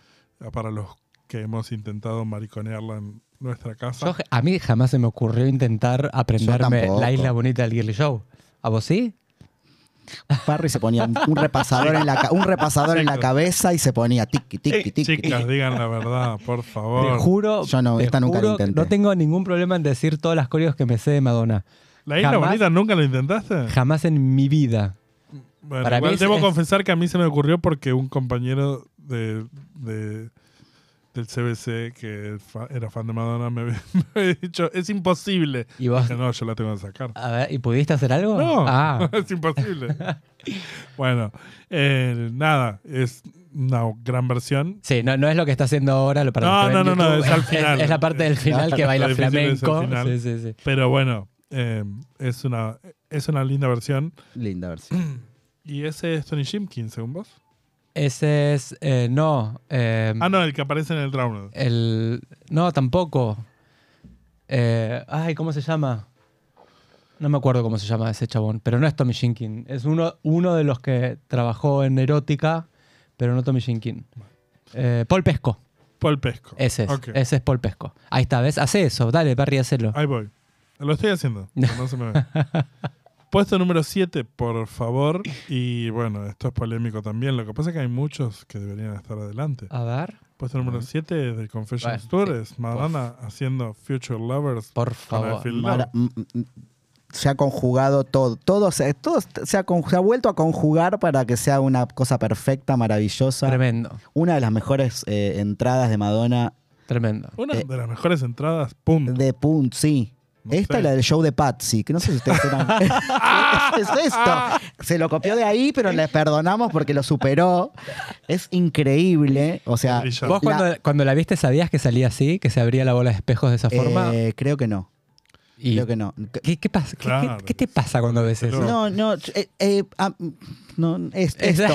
Speaker 7: eh, para los que hemos intentado mariconearla en nuestra
Speaker 6: Yo
Speaker 7: casa.
Speaker 6: ja- a mí jamás se me ocurrió intentar aprenderme
Speaker 8: tampoco.
Speaker 6: la isla bonita del Girly Show. ¿A vos sí?
Speaker 8: Parry se ponía un, un repasador en la ca- un repasador en la cabeza y se ponía tiki tiki tiki.
Speaker 7: Chicas, digan la verdad, por
Speaker 6: Te
Speaker 7: favor.
Speaker 6: juro,
Speaker 8: Yo no,
Speaker 6: te
Speaker 8: esta nunca la
Speaker 6: juro,
Speaker 8: intenté.
Speaker 6: no tengo ningún problema en decir todas las coreos que me sé de Madonna.
Speaker 7: ¿La isla
Speaker 6: jamás-
Speaker 7: bonita nunca la intentaste?
Speaker 6: Jamás en mi vida.
Speaker 7: Bueno,
Speaker 6: para mí
Speaker 7: igual
Speaker 6: es-
Speaker 7: debo
Speaker 6: es-
Speaker 7: confesar que a mí se me ocurrió porque un compañero de, de- del CBC que fa- era fan de Madonna me había, me había dicho, es imposible.
Speaker 6: ¿Y vos?
Speaker 7: Dije, no, yo la tengo que sacar.
Speaker 6: A ver, ¿y pudiste hacer algo?
Speaker 7: No,
Speaker 6: Ah,
Speaker 7: es imposible. bueno, eh, nada, es una gran versión.
Speaker 6: Sí, no, no es lo que está haciendo ahora. Lo, para
Speaker 7: No,
Speaker 6: los que ven
Speaker 7: no, no, no,
Speaker 6: YouTube,
Speaker 7: es al final.
Speaker 6: Es, la parte del final que baila
Speaker 7: Lo difícil es el
Speaker 6: flamenco.
Speaker 7: final.
Speaker 6: Sí, sí, sí.
Speaker 7: Pero bueno, eh, es, una, es una linda versión.
Speaker 8: Linda versión.
Speaker 7: ¿Y ese es Tony Jimkin, según vos?
Speaker 6: Ese es. eh, no. eh,
Speaker 7: Ah, no, el que aparece en el Drowned.
Speaker 6: El, no, tampoco. Eh, ay, ¿cómo se llama? No me acuerdo cómo se llama ese chabón, pero no es Tommy Shinkin. Es uno, uno de los que trabajó en Erótica, pero no Tommy Shinkin. Eh, Paul Pesco,
Speaker 7: Paul Pesco.
Speaker 6: ese es.
Speaker 7: Ok,
Speaker 6: Ese es Paul Pesco. Ahí está, ¿ves? Hace eso, dale, Barry, hacelo.
Speaker 7: Ahí voy. Lo estoy haciendo, pero no se me ve. Puesto número 7, por favor. Y bueno, esto es polémico también. Lo que pasa es que hay muchos que deberían estar adelante.
Speaker 6: A ver,
Speaker 7: Puesto Pues número 7 de Confessions
Speaker 6: Bueno,
Speaker 7: Tour es Madonna haciendo Future Lovers.
Speaker 6: por
Speaker 7: con
Speaker 6: favor.
Speaker 7: Phil Lord.
Speaker 8: Mara- m- m- se ha conjugado todo, todo, se, todo se, ha, con- se ha vuelto a conjugar para que sea una cosa perfecta, maravillosa.
Speaker 6: Tremendo,
Speaker 8: Una de las mejores eh, entradas de Madonna
Speaker 6: tremendo.
Speaker 7: Una
Speaker 8: Eh,
Speaker 7: de las mejores entradas, punto.
Speaker 8: de Punt, sí.
Speaker 7: No
Speaker 8: Esta
Speaker 7: sé.
Speaker 8: es la del show de Patsy, que no sé si ustedes eran... es esto. Se lo copió de ahí, pero les perdonamos porque lo superó. Es increíble. O sea,
Speaker 7: Brillante.
Speaker 6: ¿Vos
Speaker 8: la-
Speaker 6: cuando la... cuando la viste sabías que salía así, que se abría la bola de espejos de esa forma?
Speaker 8: eh, creo que no.
Speaker 6: Y-
Speaker 8: Creo que no.
Speaker 6: ¿Qué, qué pasa? ¿Qué-
Speaker 7: Claro.
Speaker 6: qué- qué te pasa cuando ves eso?
Speaker 8: No, no, eh, eh, ah, no es,
Speaker 6: Es-
Speaker 8: esto.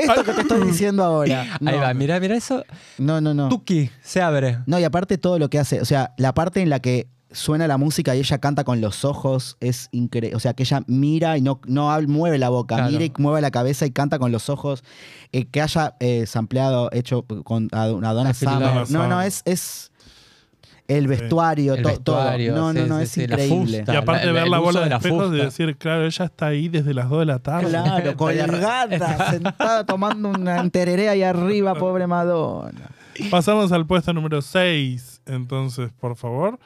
Speaker 8: esto que te estoy diciendo ahora. No,
Speaker 6: Ahí va, mira, mira eso.
Speaker 8: no, no. No.
Speaker 6: Tuki se abre.
Speaker 8: No, y aparte todo lo que hace, o sea, la parte en la que suena la música y ella canta con los ojos es increíble. O sea, que ella mira y no, no hab- mueve la boca,
Speaker 6: Claro.
Speaker 8: mira y mueve la cabeza y canta con los ojos. Eh, que haya eh, sampleado, hecho con a, a Donna
Speaker 6: A Phil
Speaker 8: Summer.
Speaker 7: Lord.
Speaker 8: No, no, es, es el vestuario,
Speaker 6: El
Speaker 8: to-
Speaker 6: vestuario,
Speaker 8: todo. No, no,
Speaker 6: sí,
Speaker 8: no,
Speaker 6: sí,
Speaker 8: es
Speaker 6: sí, la
Speaker 8: increíble.
Speaker 6: fusta.
Speaker 7: Y
Speaker 6: La-
Speaker 7: aparte
Speaker 6: la-
Speaker 7: ver
Speaker 6: el
Speaker 7: la
Speaker 6: uso
Speaker 7: bola
Speaker 6: de
Speaker 7: de,
Speaker 6: la
Speaker 7: espejos y
Speaker 6: fusta.
Speaker 7: decir, claro, ella está ahí desde las 2 de la
Speaker 8: Ah,
Speaker 7: tarde.
Speaker 8: Claro, colgada, sentada, tomando una tereré ahí arriba, pobre Madonna.
Speaker 7: Pasamos al puesto número 6. Entonces, por favor,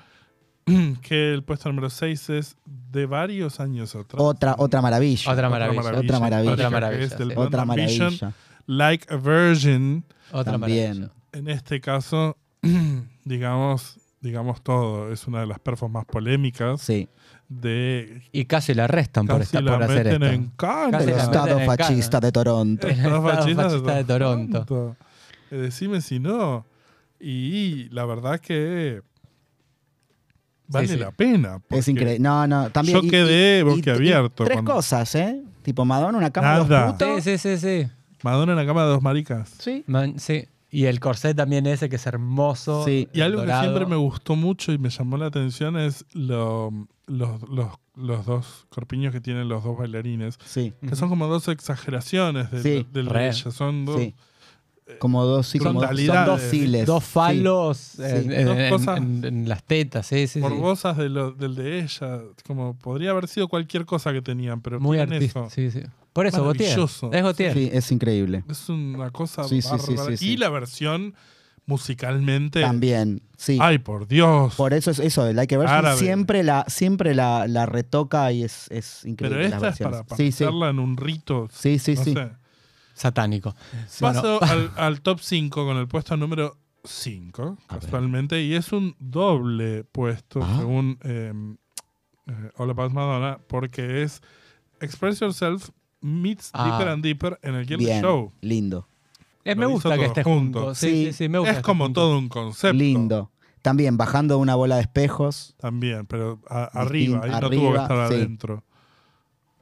Speaker 7: que el puesto número 6 es de varios años atrás.
Speaker 8: Otra, otra maravilla.
Speaker 6: Otra maravilla.
Speaker 8: Otra maravilla.
Speaker 7: Otra
Speaker 6: Otra
Speaker 7: maravilla. que es del
Speaker 6: maravilla, sí.
Speaker 8: Otra
Speaker 7: One Vision,
Speaker 8: maravilla.
Speaker 7: Like a Virgin.
Speaker 6: Otra
Speaker 8: También.
Speaker 6: maravilla.
Speaker 7: En este caso, digamos, digamos todo. Es una de las perfos más polémicas
Speaker 8: Sí.
Speaker 7: de
Speaker 6: Y casi la arrestan por,
Speaker 7: casi
Speaker 6: esta,
Speaker 7: la
Speaker 6: por hacer
Speaker 7: meten
Speaker 6: esto.
Speaker 7: en cana.
Speaker 8: El
Speaker 6: Casi la
Speaker 8: Estado
Speaker 6: meten en
Speaker 8: fascista
Speaker 6: cana.
Speaker 8: de Toronto.
Speaker 6: El Estado fascista de Toronto.
Speaker 7: Eh, Decime si no. Y la verdad que vale
Speaker 6: sí.
Speaker 7: la pena. porque
Speaker 8: Es increíble. No, no, también.
Speaker 7: Yo quedé boquiabierto
Speaker 8: tres
Speaker 7: cuando-
Speaker 8: cosas, ¿eh? Tipo Madonna, una cama de
Speaker 7: Nada.
Speaker 8: dos putos.
Speaker 6: Sí, sí, sí, sí.
Speaker 7: Madonna en la cama de dos maricas.
Speaker 8: Sí.
Speaker 6: Man- sí. Y el corsé también ese que es hermoso.
Speaker 8: Sí.
Speaker 7: Y algo
Speaker 6: dorado.
Speaker 7: que siempre me gustó mucho y me llamó la atención es lo- los, los- los dos corpiños que tienen los dos bailarines.
Speaker 8: Sí.
Speaker 7: Que son como dos exageraciones de,
Speaker 8: Sí.
Speaker 7: del
Speaker 6: Re.
Speaker 7: de ella. Son dos,
Speaker 8: sí. Como dos, sí, como dos, son dos
Speaker 7: Brutalidades.
Speaker 8: files.
Speaker 6: Dos
Speaker 8: Sí.
Speaker 6: falos en, en-
Speaker 7: Dos
Speaker 6: en-
Speaker 7: cosas
Speaker 6: en- en las tetas, sí, sí. sí.
Speaker 7: morbosas de lo- del de ella. Como podría haber sido cualquier cosa que tenían, pero
Speaker 6: Muy
Speaker 7: tienen
Speaker 6: artístico.
Speaker 7: eso.
Speaker 6: Sí, sí. Por eso, Gautier. Es
Speaker 7: Maravilloso.
Speaker 6: Gautier.
Speaker 8: Sí, es increíble.
Speaker 7: Es una cosa
Speaker 8: Sí, sí, sí, sí,
Speaker 7: bárbara.
Speaker 8: sí.
Speaker 7: Y la versión musicalmente.
Speaker 8: También. Sí.
Speaker 7: Ay, por Dios.
Speaker 8: Por eso es eso, el Like a Virgin
Speaker 7: Árabe.
Speaker 8: siempre la, siempre la, la retoca y es, es increíble.
Speaker 7: Pero esta
Speaker 8: las
Speaker 7: es para,
Speaker 8: versiones.
Speaker 7: para
Speaker 8: Sí, sí.
Speaker 7: hacerla en un rito.
Speaker 8: Sí, sí,
Speaker 7: no
Speaker 8: sí.
Speaker 7: sé.
Speaker 6: Satánico. Bueno, eh,
Speaker 7: Paso al, al top 5 con el puesto número 5, casualmente, y es un doble puesto
Speaker 8: Ah.
Speaker 7: según eh, eh, All About Madonna, porque es Express Yourself meets
Speaker 6: Ah.
Speaker 7: Deeper and Deeper en el Game
Speaker 8: Bien.
Speaker 7: Show.
Speaker 8: Lindo.
Speaker 6: eh, me
Speaker 7: lo hizo
Speaker 6: gusta que
Speaker 7: todo
Speaker 6: esté
Speaker 7: junto.
Speaker 6: junto. Sí,
Speaker 8: Sí.
Speaker 6: sí, sí, me gusta. que
Speaker 7: Es
Speaker 6: esté
Speaker 7: como
Speaker 6: junto.
Speaker 7: todo un concepto.
Speaker 8: este Lindo. También bajando una bola de espejos.
Speaker 7: También, pero a- arriba, ahí no
Speaker 8: arriba,
Speaker 7: tuvo que estar
Speaker 8: sí.
Speaker 7: adentro.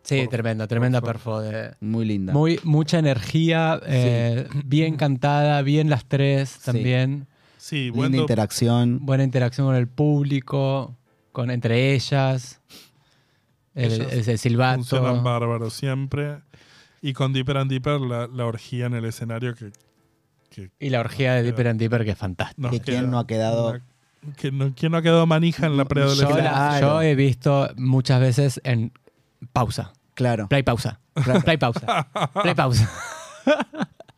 Speaker 6: Sí,
Speaker 7: Por-
Speaker 6: tremenda, tremenda
Speaker 7: por
Speaker 6: perfo de.
Speaker 8: Muy linda.
Speaker 6: Muy, mucha energía, eh, bien cantada, bien las tres también.
Speaker 7: Sí, buen
Speaker 8: linda
Speaker 7: do-
Speaker 8: interacción.
Speaker 6: Buena interacción con el público, con, entre ellas. El,
Speaker 7: Ellas
Speaker 6: el- el silbato.
Speaker 7: funcionan bárbaros siempre. Y con Deeper and Deeper, la, la orgía en el escenario que, que
Speaker 6: Y la orgía de Dipper and Dipper, que es fantástica.
Speaker 7: nos
Speaker 8: Que quién
Speaker 7: queda
Speaker 8: no ha quedado-
Speaker 7: una- que no, quién no ha quedado manija en la
Speaker 6: Yo,
Speaker 7: preadolescencia.
Speaker 6: la-
Speaker 8: Claro.
Speaker 6: yo he visto muchas veces en pausa.
Speaker 8: Claro.
Speaker 6: Play pausa. Play pausa. Play pausa.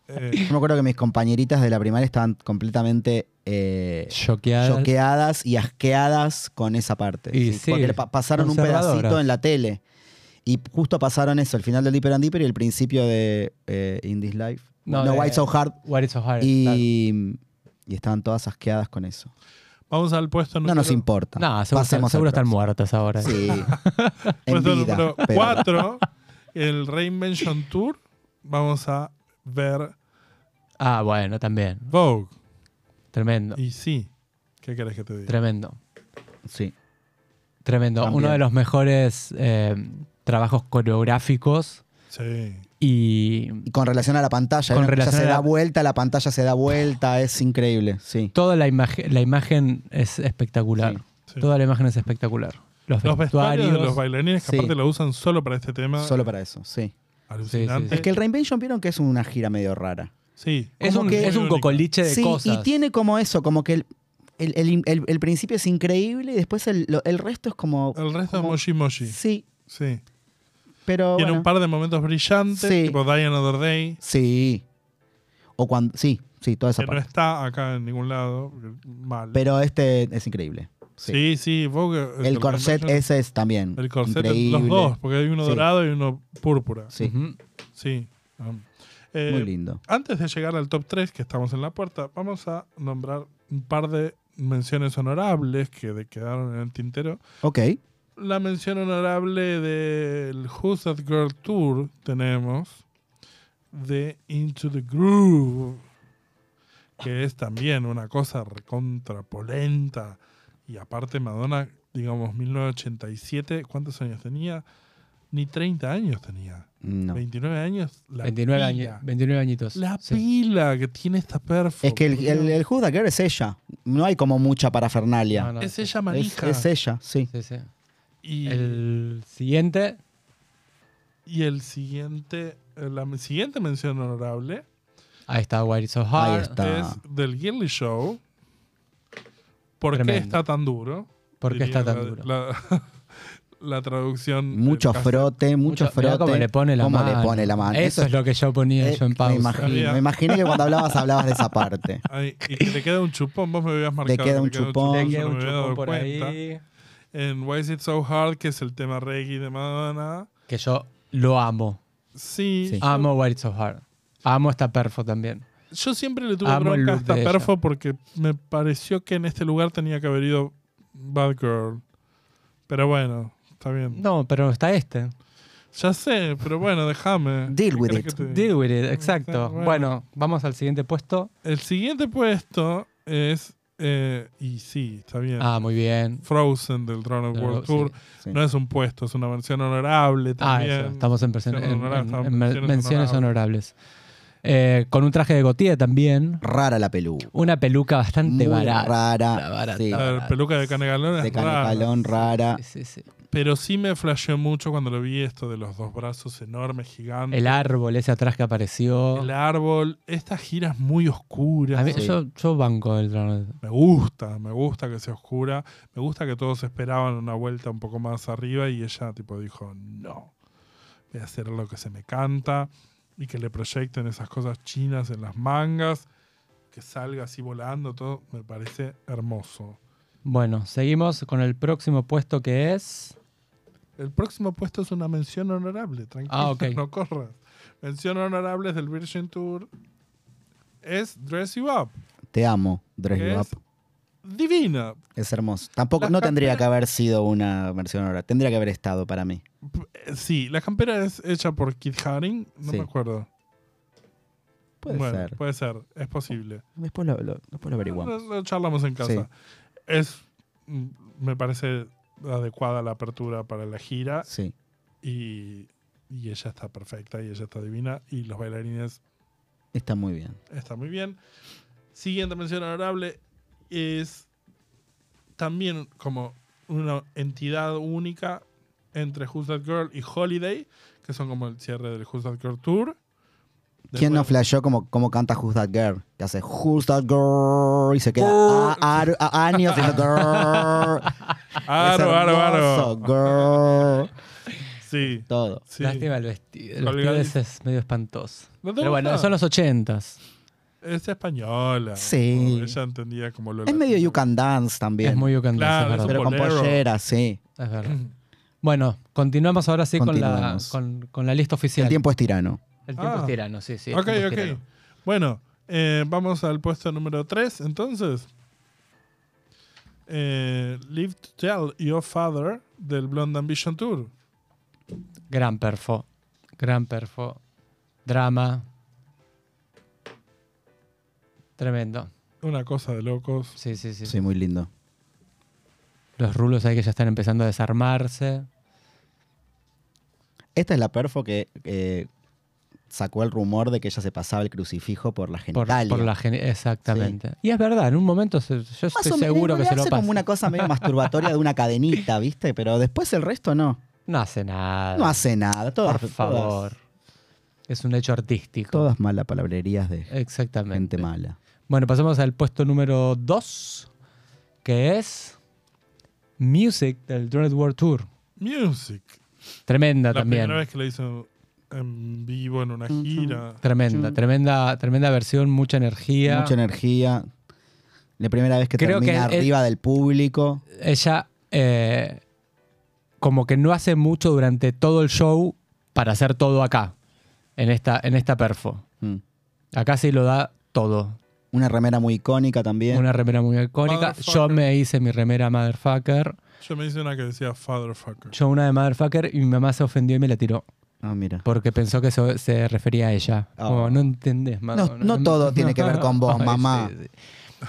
Speaker 7: Eh,
Speaker 8: Yo me acuerdo que mis compañeritas de la primaria estaban completamente eh,
Speaker 6: Choqueada.
Speaker 8: choqueadas y asqueadas con esa parte.
Speaker 6: Y
Speaker 8: sí,
Speaker 6: sí,
Speaker 8: porque le pa- pasaron un
Speaker 6: conservadoras.
Speaker 8: pedacito en la tele. Y justo pasaron eso, el final del Deeper and Deeper y el principio de eh, In This Life. No,
Speaker 6: No, de-
Speaker 8: White So Hard.
Speaker 6: What is so hard?
Speaker 8: Y, y estaban todas asqueadas con eso.
Speaker 7: vamos al puesto
Speaker 8: No
Speaker 7: número,
Speaker 8: nos importa.
Speaker 6: No, seguro,
Speaker 8: Pasemos
Speaker 6: seguro
Speaker 8: al
Speaker 6: están
Speaker 8: próximo.
Speaker 6: muertas ahora.
Speaker 8: Sí. en
Speaker 7: puesto
Speaker 8: vida,
Speaker 7: número
Speaker 8: pero-
Speaker 7: 4, el Reinvention Tour. Vamos a ver
Speaker 6: Ah, bueno, también.
Speaker 7: Vogue.
Speaker 6: Tremendo.
Speaker 7: Y sí, ¿qué querés que te diga?
Speaker 6: Tremendo.
Speaker 8: Sí.
Speaker 6: Tremendo.
Speaker 8: También.
Speaker 6: Uno de los mejores eh, trabajos coreográficos
Speaker 7: Sí.
Speaker 6: y
Speaker 8: Y con relación a la pantalla. ¿no?
Speaker 6: Con
Speaker 8: Ella
Speaker 6: relación
Speaker 8: se
Speaker 6: a la-
Speaker 8: da vuelta, la pantalla se da vuelta, es increíble. Sí.
Speaker 6: toda la, imagen la imagen es espectacular.
Speaker 8: Sí,
Speaker 7: sí.
Speaker 6: Toda la imagen es espectacular. Los,
Speaker 7: Los vestuarios
Speaker 6: vestuarios.
Speaker 7: de los bailarines que
Speaker 8: Sí.
Speaker 7: aparte lo usan solo para este tema.
Speaker 8: Solo para eso, sí.
Speaker 7: Alucinante.
Speaker 6: Sí, sí, sí.
Speaker 8: Es que el Reinvention vieron que es una gira medio rara.
Speaker 7: Sí,
Speaker 6: es
Speaker 8: como
Speaker 6: un,
Speaker 8: que-
Speaker 6: es un
Speaker 7: Muy única.
Speaker 6: cocoliche de
Speaker 8: sí,
Speaker 6: cosas.
Speaker 8: y tiene como eso, como que el, el, el- el- el principio es increíble y después el, lo- el resto es como...
Speaker 7: El resto de
Speaker 8: como-
Speaker 7: Moshi Moshi.
Speaker 8: Sí,
Speaker 7: Sí.
Speaker 8: Pero
Speaker 7: Tiene
Speaker 8: bueno,
Speaker 7: un par de momentos brillantes,
Speaker 8: Sí.
Speaker 7: tipo Die Another Day,
Speaker 8: sí. O cuando sí, sí, toda esa
Speaker 7: que no
Speaker 8: parte.
Speaker 7: está acá en ningún lado. porque Mal.
Speaker 8: Pero este es increíble. sí.
Speaker 7: sí, sí, eh, Vogue.
Speaker 8: El corset
Speaker 7: Convention,
Speaker 8: ese es también
Speaker 7: El corset,
Speaker 8: increíble.
Speaker 7: los dos, porque hay uno
Speaker 8: Sí.
Speaker 7: dorado y uno púrpura.
Speaker 8: Sí,
Speaker 6: Ujú.
Speaker 7: Sí. Um, eh,
Speaker 8: muy lindo.
Speaker 7: Antes de llegar al top 3, que estamos en la puerta, vamos a nombrar un par de menciones honorables que de- quedaron en el tintero.
Speaker 8: Ok,
Speaker 7: La mención honorable del Who's That Girl Tour tenemos de Into the Groove, que es también una cosa recontrapolenta. Y aparte Madonna, digamos, 1987, ¿cuántos años tenía? Ni 30 años tenía.
Speaker 8: no.
Speaker 7: 29 años. La
Speaker 6: 29, añi-
Speaker 7: pila.
Speaker 6: 29 añitos.
Speaker 7: La
Speaker 6: sí.
Speaker 7: pila que tiene esta perfo.
Speaker 8: Es que el,
Speaker 7: boludo.
Speaker 8: el, el Who's That Girl es ella. No hay como mucha parafernalia.
Speaker 6: Ah, No, no,
Speaker 7: es
Speaker 6: sí,
Speaker 7: ella
Speaker 8: es,
Speaker 7: manija.
Speaker 8: es ella, sí.
Speaker 6: sí, sí.
Speaker 7: y,
Speaker 6: El siguiente,
Speaker 7: y el siguiente, eh, la siguiente mención honorable
Speaker 6: ahí está Why It's So Hard.
Speaker 8: Ahí está.
Speaker 7: es del Girly Show. ¿Por qué
Speaker 6: Tremendo.
Speaker 7: está tan duro?
Speaker 6: ¿Por qué
Speaker 7: Diría
Speaker 6: está tan
Speaker 7: la-
Speaker 6: duro?
Speaker 7: La, la traducción. del
Speaker 8: Mucho
Speaker 7: caso.
Speaker 8: frote, mucho, frote.
Speaker 6: Como le pone la
Speaker 8: Cómo
Speaker 6: mano.
Speaker 8: le pone la mano.
Speaker 6: Eso, es, lo que yo ponía
Speaker 8: eh,
Speaker 6: yo en pausa.
Speaker 8: Me imagino,
Speaker 7: Había-
Speaker 8: me imaginé que cuando hablabas, hablabas de esa parte.
Speaker 7: Ay, y te le queda un chupón, vos me habías marcado.
Speaker 8: queda
Speaker 7: que
Speaker 8: un chupón. Le
Speaker 6: Le
Speaker 7: yo
Speaker 6: queda
Speaker 7: no
Speaker 6: un
Speaker 7: me había dado
Speaker 6: chupón por
Speaker 7: cuenta.
Speaker 6: ahí.
Speaker 7: En Why Is It So Hard, que es el tema reggae de Madonna.
Speaker 6: Que yo lo amo.
Speaker 7: Sí, Ah,
Speaker 8: Sí.
Speaker 7: yo-
Speaker 6: Amo Why It's So Hard. Amo esta perfo también.
Speaker 7: Yo siempre le tuve
Speaker 6: Amo el
Speaker 7: bronca a
Speaker 6: look
Speaker 7: esta
Speaker 6: de ella.
Speaker 7: perfo porque me pareció que en este lugar tenía que haber ido Bad Girl. Pero bueno, está bien.
Speaker 6: No, pero está este.
Speaker 7: Ya sé, pero bueno, déjame.
Speaker 8: Deal
Speaker 7: ¿Qué
Speaker 8: with
Speaker 7: querés
Speaker 8: it.
Speaker 7: que te diga?
Speaker 6: Deal with it, exacto.
Speaker 7: bueno.
Speaker 6: Bueno. vamos al siguiente puesto.
Speaker 7: El siguiente puesto es. eh, y sí, está bien.
Speaker 6: Ah, muy bien.
Speaker 7: Frozen del Throne of
Speaker 6: Claro,
Speaker 7: World
Speaker 6: sí.
Speaker 7: Tour.
Speaker 8: Sí.
Speaker 7: No es un puesto, es una mención honorable
Speaker 6: Ah,
Speaker 7: también.
Speaker 6: eso. Estamos en, presen-
Speaker 7: Menciones
Speaker 6: en-
Speaker 7: honorables,
Speaker 6: en-
Speaker 7: estamos
Speaker 6: en
Speaker 7: en
Speaker 6: men-
Speaker 7: menciones
Speaker 6: menciones honorables. Eh, con un traje de Gautier también.
Speaker 8: Rara la peluca.
Speaker 6: Una peluca bastante
Speaker 8: Muy
Speaker 6: barata.
Speaker 8: rara.
Speaker 6: barata.
Speaker 8: sí.
Speaker 7: La peluca de Canegalón es
Speaker 8: De
Speaker 7: rara.
Speaker 8: canecalón rara.
Speaker 6: Sí, sí, sí.
Speaker 7: Pero sí me flasheó mucho cuando lo vi esto de los dos brazos enormes, gigantes.
Speaker 6: El árbol ese atrás que apareció.
Speaker 7: El árbol, estas giras muy oscuras.
Speaker 6: A mí-
Speaker 8: Sí.
Speaker 6: yo, yo banco el trono.
Speaker 7: Me gusta, me gusta que sea oscura. Me gusta que todos esperaban una vuelta un poco más arriba y ella tipo dijo, no, voy a hacer lo que se me canta y que le proyecten esas cosas chinas en las mangas, que salga así volando, todo me parece hermoso.
Speaker 6: Bueno, seguimos con el próximo puesto que es.
Speaker 7: El próximo puesto es una mención honorable, tranquilo,
Speaker 6: Ah, ok.
Speaker 7: no corras. Mención honorable del Virgin Tour es Dress You Up,
Speaker 8: Te amo, Dress
Speaker 7: que
Speaker 8: You
Speaker 7: es
Speaker 8: Up.
Speaker 7: divina.
Speaker 8: Es hermoso. Tampoco,
Speaker 7: Las
Speaker 8: no tendría
Speaker 7: camperas-
Speaker 8: que haber sido una versión ahora. Tendría que haber estado para mí.
Speaker 7: Eh, Sí, la campera es hecha por Kit Haring, no
Speaker 8: Sí.
Speaker 7: me acuerdo.
Speaker 8: Puede
Speaker 7: Bueno, pues-
Speaker 8: ser. Oh,
Speaker 7: Puede ser, es posible.
Speaker 8: Después lo, lo- después lo
Speaker 7: Lo,
Speaker 8: averiguamos.
Speaker 7: lo charlamos en casa.
Speaker 8: Sí.
Speaker 7: Es, mm, me parece adecuada la apertura para la gira
Speaker 8: Sí.
Speaker 7: y, y ella está perfecta y ella está divina y los bailarines
Speaker 8: Está muy bien.
Speaker 7: están muy bien. Siguiente mención honorable es también como una entidad única entre Who's That Girl y Holiday, que son como el cierre del Who's That Girl Tour.
Speaker 8: ¿Quién no
Speaker 7: Después-
Speaker 8: flashó como, como canta Who's That Girl? Que hace Who's That Girl y se queda a- a- a- años en girl. Es
Speaker 7: Aro, aro, aro.
Speaker 8: hermoso, girl.
Speaker 7: ah, Sí.
Speaker 8: Todo.
Speaker 7: sí.
Speaker 6: Lástima el vestido. El vestido
Speaker 7: Colgadís-
Speaker 6: ese es medio espantoso.
Speaker 7: ¿No te
Speaker 6: Pero bueno,
Speaker 7: gusta?
Speaker 6: son los ochentas.
Speaker 7: Es española.
Speaker 8: Sí.
Speaker 7: Oh, Ella entendía como lo
Speaker 8: Es medio
Speaker 7: latino.
Speaker 8: you can dance también.
Speaker 6: Es muy Uganda,
Speaker 7: Claro,
Speaker 8: pero
Speaker 6: es, verdad.
Speaker 8: con
Speaker 7: bolero.
Speaker 8: pollera, sí.
Speaker 6: Es verdad. Bueno, continuamos ahora sí con la,
Speaker 8: Continuamos.
Speaker 6: con, con la lista oficial.
Speaker 8: El tiempo es tirano.
Speaker 6: El tiempo
Speaker 7: Ah.
Speaker 6: es tirano, sí, sí. el
Speaker 7: Ok,
Speaker 6: tiempo es
Speaker 7: ok.
Speaker 6: tirano.
Speaker 7: Bueno, eh, vamos al puesto número 3, entonces. Eh, Live to Tell Your Father del Blonde Ambition Tour.
Speaker 6: Gran perfo. Gran perfo. Drama. Tremendo.
Speaker 7: Una cosa de locos.
Speaker 6: Sí, sí, sí.
Speaker 8: Sí, muy lindo.
Speaker 6: Los rulos ahí que ya están empezando a desarmarse.
Speaker 8: Esta es la perfo que eh, sacó el rumor de que ella se pasaba el crucifijo por la
Speaker 6: Por,
Speaker 8: genitalia.
Speaker 6: por la gen- Exactamente. Y es verdad, en un momento se- yo
Speaker 8: Más o
Speaker 6: estoy
Speaker 8: menos,
Speaker 6: seguro que
Speaker 8: le
Speaker 6: se lo
Speaker 8: hace
Speaker 6: pasa.
Speaker 8: como una cosa medio masturbatoria de una cadenita, ¿viste? Pero después el resto no.
Speaker 6: No hace nada.
Speaker 8: No hace nada. Todas,
Speaker 6: Por favor.
Speaker 8: Todas,
Speaker 6: Es un hecho artístico.
Speaker 8: todas malas palabrerías de
Speaker 6: Exactamente.
Speaker 8: gente mala.
Speaker 6: Bueno, pasamos al puesto número 2, que es Music del Drowned World Tour.
Speaker 7: Music.
Speaker 6: Tremenda
Speaker 7: La
Speaker 6: Ah, también.
Speaker 7: primera vez que la hizo en vivo en una
Speaker 8: Chum, chum.
Speaker 7: gira.
Speaker 6: Tremenda,
Speaker 8: Sí.
Speaker 6: tremenda, tremenda versión, mucha energía.
Speaker 8: Mucha energía. La primera vez que
Speaker 6: Creo
Speaker 8: termina
Speaker 6: que es-
Speaker 8: arriba del público.
Speaker 6: Ella eh, como que no hace mucho durante todo el show para hacer todo acá, en esta, en esta perfo.
Speaker 8: Mm.
Speaker 6: Acá sí lo da todo.
Speaker 8: Una remera muy icónica también.
Speaker 6: Una remera muy icónica. Yo
Speaker 7: Motherfucker.
Speaker 6: me hice mi remera Motherfucker.
Speaker 7: Yo me hice una que decía Fatherfucker.
Speaker 6: Yo una de Motherfucker y mi mamá se ofendió y me la tiró.
Speaker 8: Ah, mira.
Speaker 6: Porque pensó que eso se refería a ella.
Speaker 8: Ah.
Speaker 6: Como, no entendés, mamá.
Speaker 8: No- no todo tiene que ver con vos, mamá.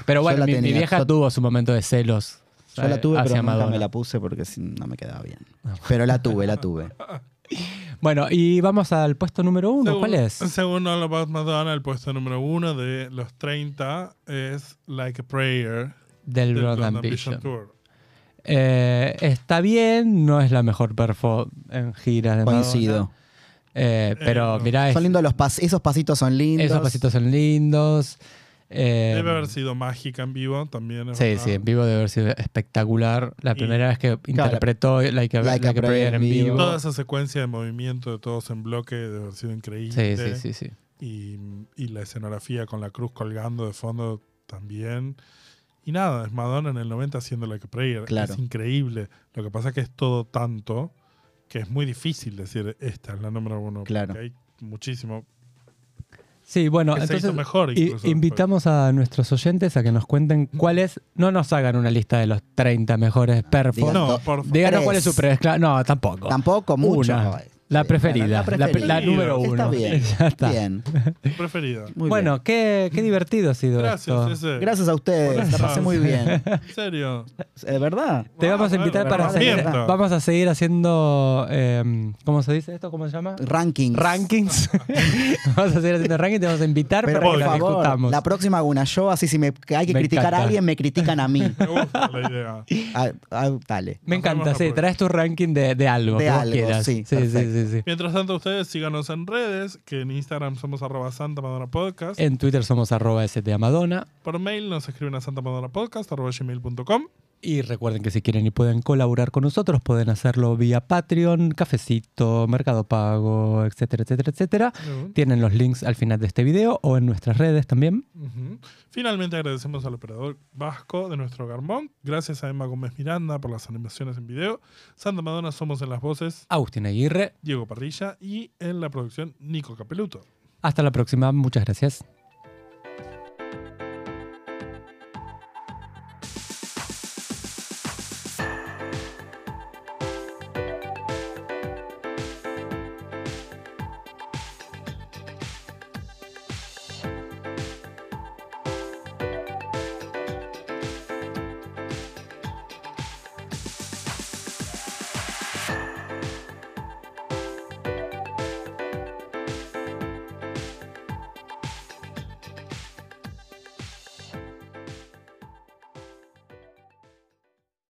Speaker 6: Pero
Speaker 8: Yo
Speaker 6: bueno,
Speaker 8: la
Speaker 6: mi, mi
Speaker 8: tenía,
Speaker 6: vieja
Speaker 8: yo-
Speaker 6: tuvo su momento de celos.
Speaker 8: Yo
Speaker 6: ¿sabes?
Speaker 8: la tuve, pero
Speaker 6: hacia
Speaker 8: nunca
Speaker 6: Madonna.
Speaker 8: me la puse porque si- no me quedaba bien. Pero la tuve, la tuve.
Speaker 6: Bueno, y vamos al puesto número uno.
Speaker 7: Según-
Speaker 6: ¿Cuál es?
Speaker 7: Según All About Madonna, el puesto número uno de los 30 es Like a Prayer
Speaker 6: Del
Speaker 7: del
Speaker 6: Blonde
Speaker 7: Blonde
Speaker 6: Ambition.
Speaker 7: Ambition Tour.
Speaker 6: Eh, está bien, no es la mejor perfo en giras de Madonna.
Speaker 8: Coincido.
Speaker 6: Eh, pero
Speaker 7: Eh,
Speaker 6: mirá,
Speaker 8: Son
Speaker 6: es-
Speaker 8: lindos los pas esos pasitos son lindos.
Speaker 6: esos pasitos son lindos. Eh,
Speaker 7: Debe haber sido mágica en vivo también. es
Speaker 6: Sí,
Speaker 7: verdad.
Speaker 6: sí, en vivo debe haber sido espectacular. La
Speaker 7: Y-
Speaker 6: primera vez que interpretó Like a,
Speaker 8: Like a
Speaker 6: Like a Prayer en vivo.
Speaker 7: Toda esa secuencia de movimiento de todos en bloque debe haber sido increíble.
Speaker 6: Sí, sí, sí, sí.
Speaker 7: Y, y la escenografía con la cruz colgando de fondo también. Y nada, es Madonna en el 90 haciendo Like a Prayer.
Speaker 8: Claro.
Speaker 7: Es increíble. Lo que pasa es que es todo tanto que es muy difícil decir esta es la número uno.
Speaker 8: Claro.
Speaker 7: porque Hay muchísimo.
Speaker 6: Sí, bueno,
Speaker 7: que se
Speaker 6: entonces
Speaker 7: hizo mejor
Speaker 6: i-
Speaker 7: incluso pues,
Speaker 6: invitamos a nuestros oyentes a que nos cuenten cuáles, no nos hagan una lista de los 30 mejores perfos.
Speaker 8: Ah, Digan-
Speaker 7: No,
Speaker 8: Dos.
Speaker 7: por favor.
Speaker 6: Díganos
Speaker 8: Tres.
Speaker 6: cuál es su preferida. No, tampoco.
Speaker 8: Tampoco mucho.
Speaker 6: Una. La
Speaker 8: Sí,
Speaker 6: preferida, la, pre- la
Speaker 7: preferida.
Speaker 6: número
Speaker 8: Está
Speaker 6: uno.
Speaker 8: bien.
Speaker 6: Ya está.
Speaker 8: Bien.
Speaker 7: Preferida.
Speaker 8: Muy
Speaker 6: bueno,
Speaker 8: bien.
Speaker 6: Qué, qué divertido ha sido
Speaker 7: Mm. Gracias,
Speaker 6: esto.
Speaker 7: ese.
Speaker 8: Gracias a ustedes. La pasé muy bien.
Speaker 7: En serio.
Speaker 8: ¿De verdad?
Speaker 6: Te
Speaker 7: Wow,
Speaker 6: vamos a invitar
Speaker 7: bueno,
Speaker 6: para
Speaker 8: bueno,
Speaker 6: seguir.
Speaker 8: bueno.
Speaker 6: Vamos a seguir haciendo. eh, ¿Cómo se dice esto? ¿Cómo se llama?
Speaker 8: Rankings.
Speaker 6: Rankings. vamos a seguir haciendo rankings. Te vamos a invitar
Speaker 8: Pero
Speaker 6: para que
Speaker 8: por
Speaker 6: las
Speaker 8: favor,
Speaker 6: discutamos.
Speaker 8: la próxima hago una yo, así si me, hay que
Speaker 6: Me
Speaker 8: criticar
Speaker 6: encanta.
Speaker 8: a alguien, me critican a mí.
Speaker 7: Me gusta la idea.
Speaker 8: Ah, ah, dale.
Speaker 6: Me
Speaker 7: Nos vemos
Speaker 6: encanta,
Speaker 7: la
Speaker 6: sí.
Speaker 7: próxima.
Speaker 6: Traes tu ranking de, de algo.
Speaker 8: De
Speaker 6: que vos
Speaker 8: algo,
Speaker 6: quieras.
Speaker 8: sí,
Speaker 6: Sí, sí,
Speaker 8: perfecto.
Speaker 6: sí, sí.
Speaker 7: Mientras tanto, ustedes síganos en redes, que en Instagram somos arroba Santa Madonna Podcast.
Speaker 6: En Twitter somos arroba STAmadonna.
Speaker 7: Por mail nos escriben a santamadonnapodcast arroba gmail.com.
Speaker 6: Y recuerden que si quieren y pueden colaborar con nosotros, pueden hacerlo vía Patreon, Cafecito, Mercado Pago, etcétera, etcétera, etcétera. Tienen los links al final de este video o en nuestras redes también.
Speaker 7: Ujú. Finalmente agradecemos al operador vasco de nuestro Garmón. Gracias a Emma Gómez Miranda por las animaciones en video. Santa Madonna somos en las voces
Speaker 6: Agustín Aguirre,
Speaker 7: Diego Parrilla y en la producción Nico Capeluto.
Speaker 6: hasta la próxima. Muchas gracias.